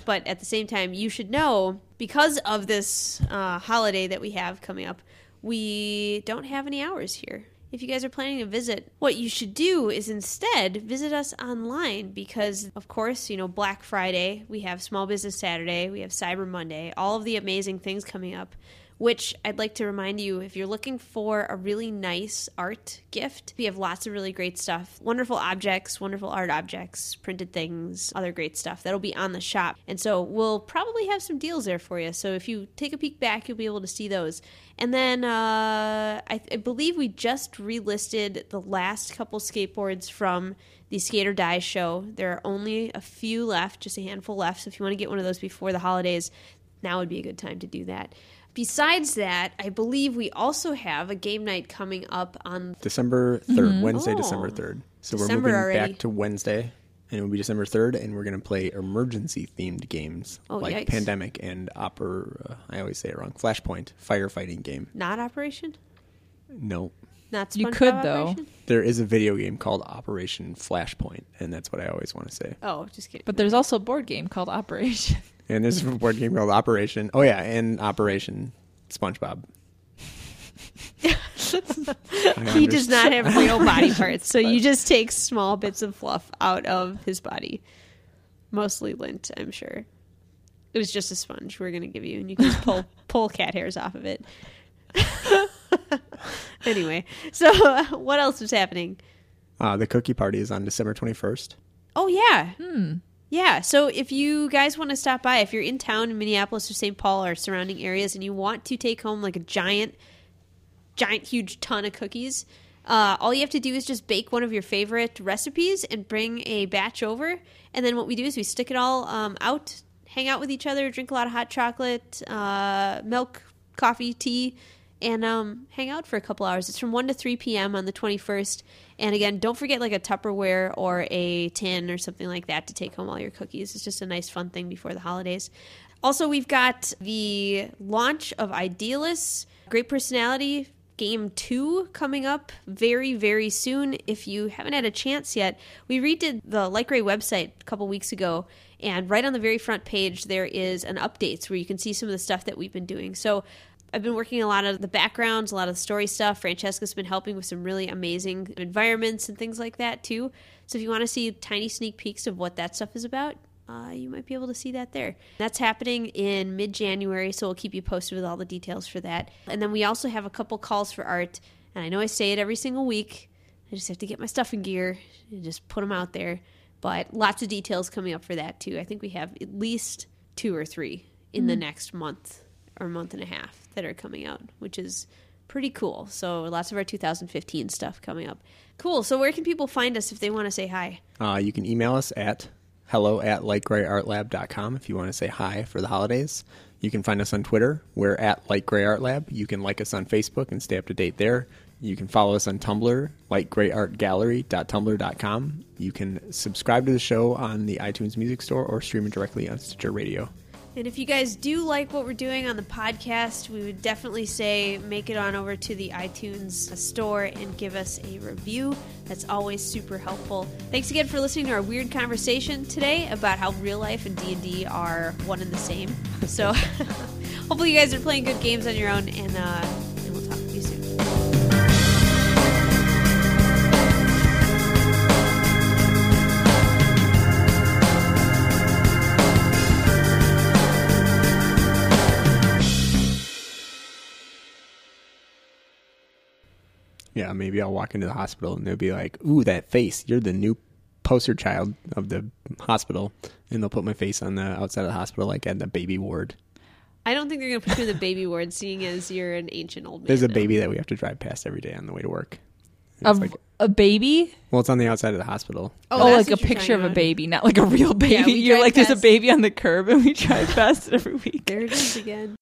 S1: But at the same time, you should know because of this uh, holiday that we have coming up, we don't have any hours here. If you guys are planning a visit, what you should do is instead visit us online because, of course, you know, Black Friday, we have Small Business Saturday, we have Cyber Monday, all of the amazing things coming up. Which I'd like to remind you if you're looking for a really nice art gift, we have lots of really great stuff wonderful objects, wonderful art objects, printed things, other great stuff that'll be on the shop. And so we'll probably have some deals there for you. So if you take a peek back, you'll be able to see those. And then uh, I, I believe we just relisted the last couple skateboards from the Skate or Die show. There are only a few left, just a handful left. So if you want to get one of those before the holidays, now would be a good time to do that. Besides that, I believe we also have a game night coming up on
S2: December 3rd, Wednesday,
S1: Oh.
S2: December 3rd. So we're
S1: December
S2: moving
S1: already.
S2: back to Wednesday, and it'll be December 3rd, and we're going to play emergency themed games
S1: Oh,
S2: like
S1: yikes.
S2: Pandemic and Opera. I always say it wrong. Flashpoint, firefighting game.
S1: not Operation,
S2: No.
S1: not SpongeBob
S3: You could, though.
S1: Operation?
S2: There is a video game called Operation Flashpoint, and that's what I always want to say.
S1: Oh, just kidding.
S3: But there's also a board game called Operation.
S2: And there's a board game called Operation. Oh, yeah, and Operation SpongeBob.
S1: He does not have real body parts, so you just take small bits of fluff out of his body. Mostly lint, I'm sure. It was just a sponge we're gonna give you, and you can just pull pull cat hairs off of it. anyway, so what else was happening?
S2: Uh, the cookie party is on December 21st.
S1: Oh yeah. Hmm. Yeah. So if you guys want to stop by, if you're in town in Minneapolis or St. Paul or surrounding areas, and you want to take home like a giant, giant, huge ton of cookies, uh, all you have to do is just bake one of your favorite recipes and bring a batch over. And then what we do is we stick it all um, out, hang out with each other, drink a lot of hot chocolate, uh, milk, coffee, tea. And um, hang out for a couple hours. It's from 1 to 3 p.m. on the 21st. And again, don't forget like a Tupperware or a tin or something like that to take home all your cookies. It's just a nice, fun thing before the holidays. Also, we've got the launch of Idealists, Great Personality Game 2 coming up very, very soon. If you haven't had a chance yet, we redid the Light Gray website a couple weeks ago. And right on the very front page, there is an updates where you can see some of the stuff that we've been doing. So I've been working a lot of the backgrounds, a lot of the story stuff. Francesca's been helping with some really amazing environments and things like that too. So if you want to see tiny sneak peeks of what that stuff is about, uh, you might be able to see that there. That's happening in mid January, so we'll keep you posted with all the details for that. And then we also have a couple calls for art, and I know I say it every single week. I just have to get my stuff in gear and just put them out there. But lots of details coming up for that too. I think we have at least two or three in the next month or month and a half that are coming out, which is pretty cool. So lots of our 2015 stuff coming up. Cool. So where can people find us if they want to say hi?
S2: Uh, you can email us at hello at lightgrayartlab.com if you want to say hi for the holidays. You can find us on Twitter. We're at lightgrayartlab. You can like us on Facebook and stay up to date there. You can follow us on Tumblr, lightgrayartgallery.tumblr.com. You can subscribe to the show on the iTunes Music Store or stream it directly on Stitcher Radio.
S1: And if you guys do like what we're doing on the podcast, we would definitely say make it on over to the iTunes store and give us a review. That's always super helpful. Thanks again for listening to our weird conversation today about how real life and D&D are one and the same. So hopefully you guys are playing good games on your own and, uh, and we'll talk to you soon.
S2: Yeah, maybe I'll walk into the hospital and they'll be like, "Ooh, that face! You're the new poster child of the hospital," and they'll put my face on the outside of the hospital, like at the baby ward.
S1: I don't think they're going to put you in the baby ward seeing as you're an ancient old man.
S2: There's a
S1: now.
S2: baby that we have to drive past every day on the way to work. And
S3: Of
S2: it's like-
S3: a baby?
S2: well, it's on the outside of the hospital.
S1: Oh,
S3: Oh,
S1: that's
S3: like a
S1: what you're
S3: picture of
S1: trying
S3: a
S1: on.
S3: baby, not like a real baby.
S1: we
S3: You're
S1: drive
S3: like, there's
S1: past-
S3: a baby on the curb, and we drive past it every week.
S1: There it is again.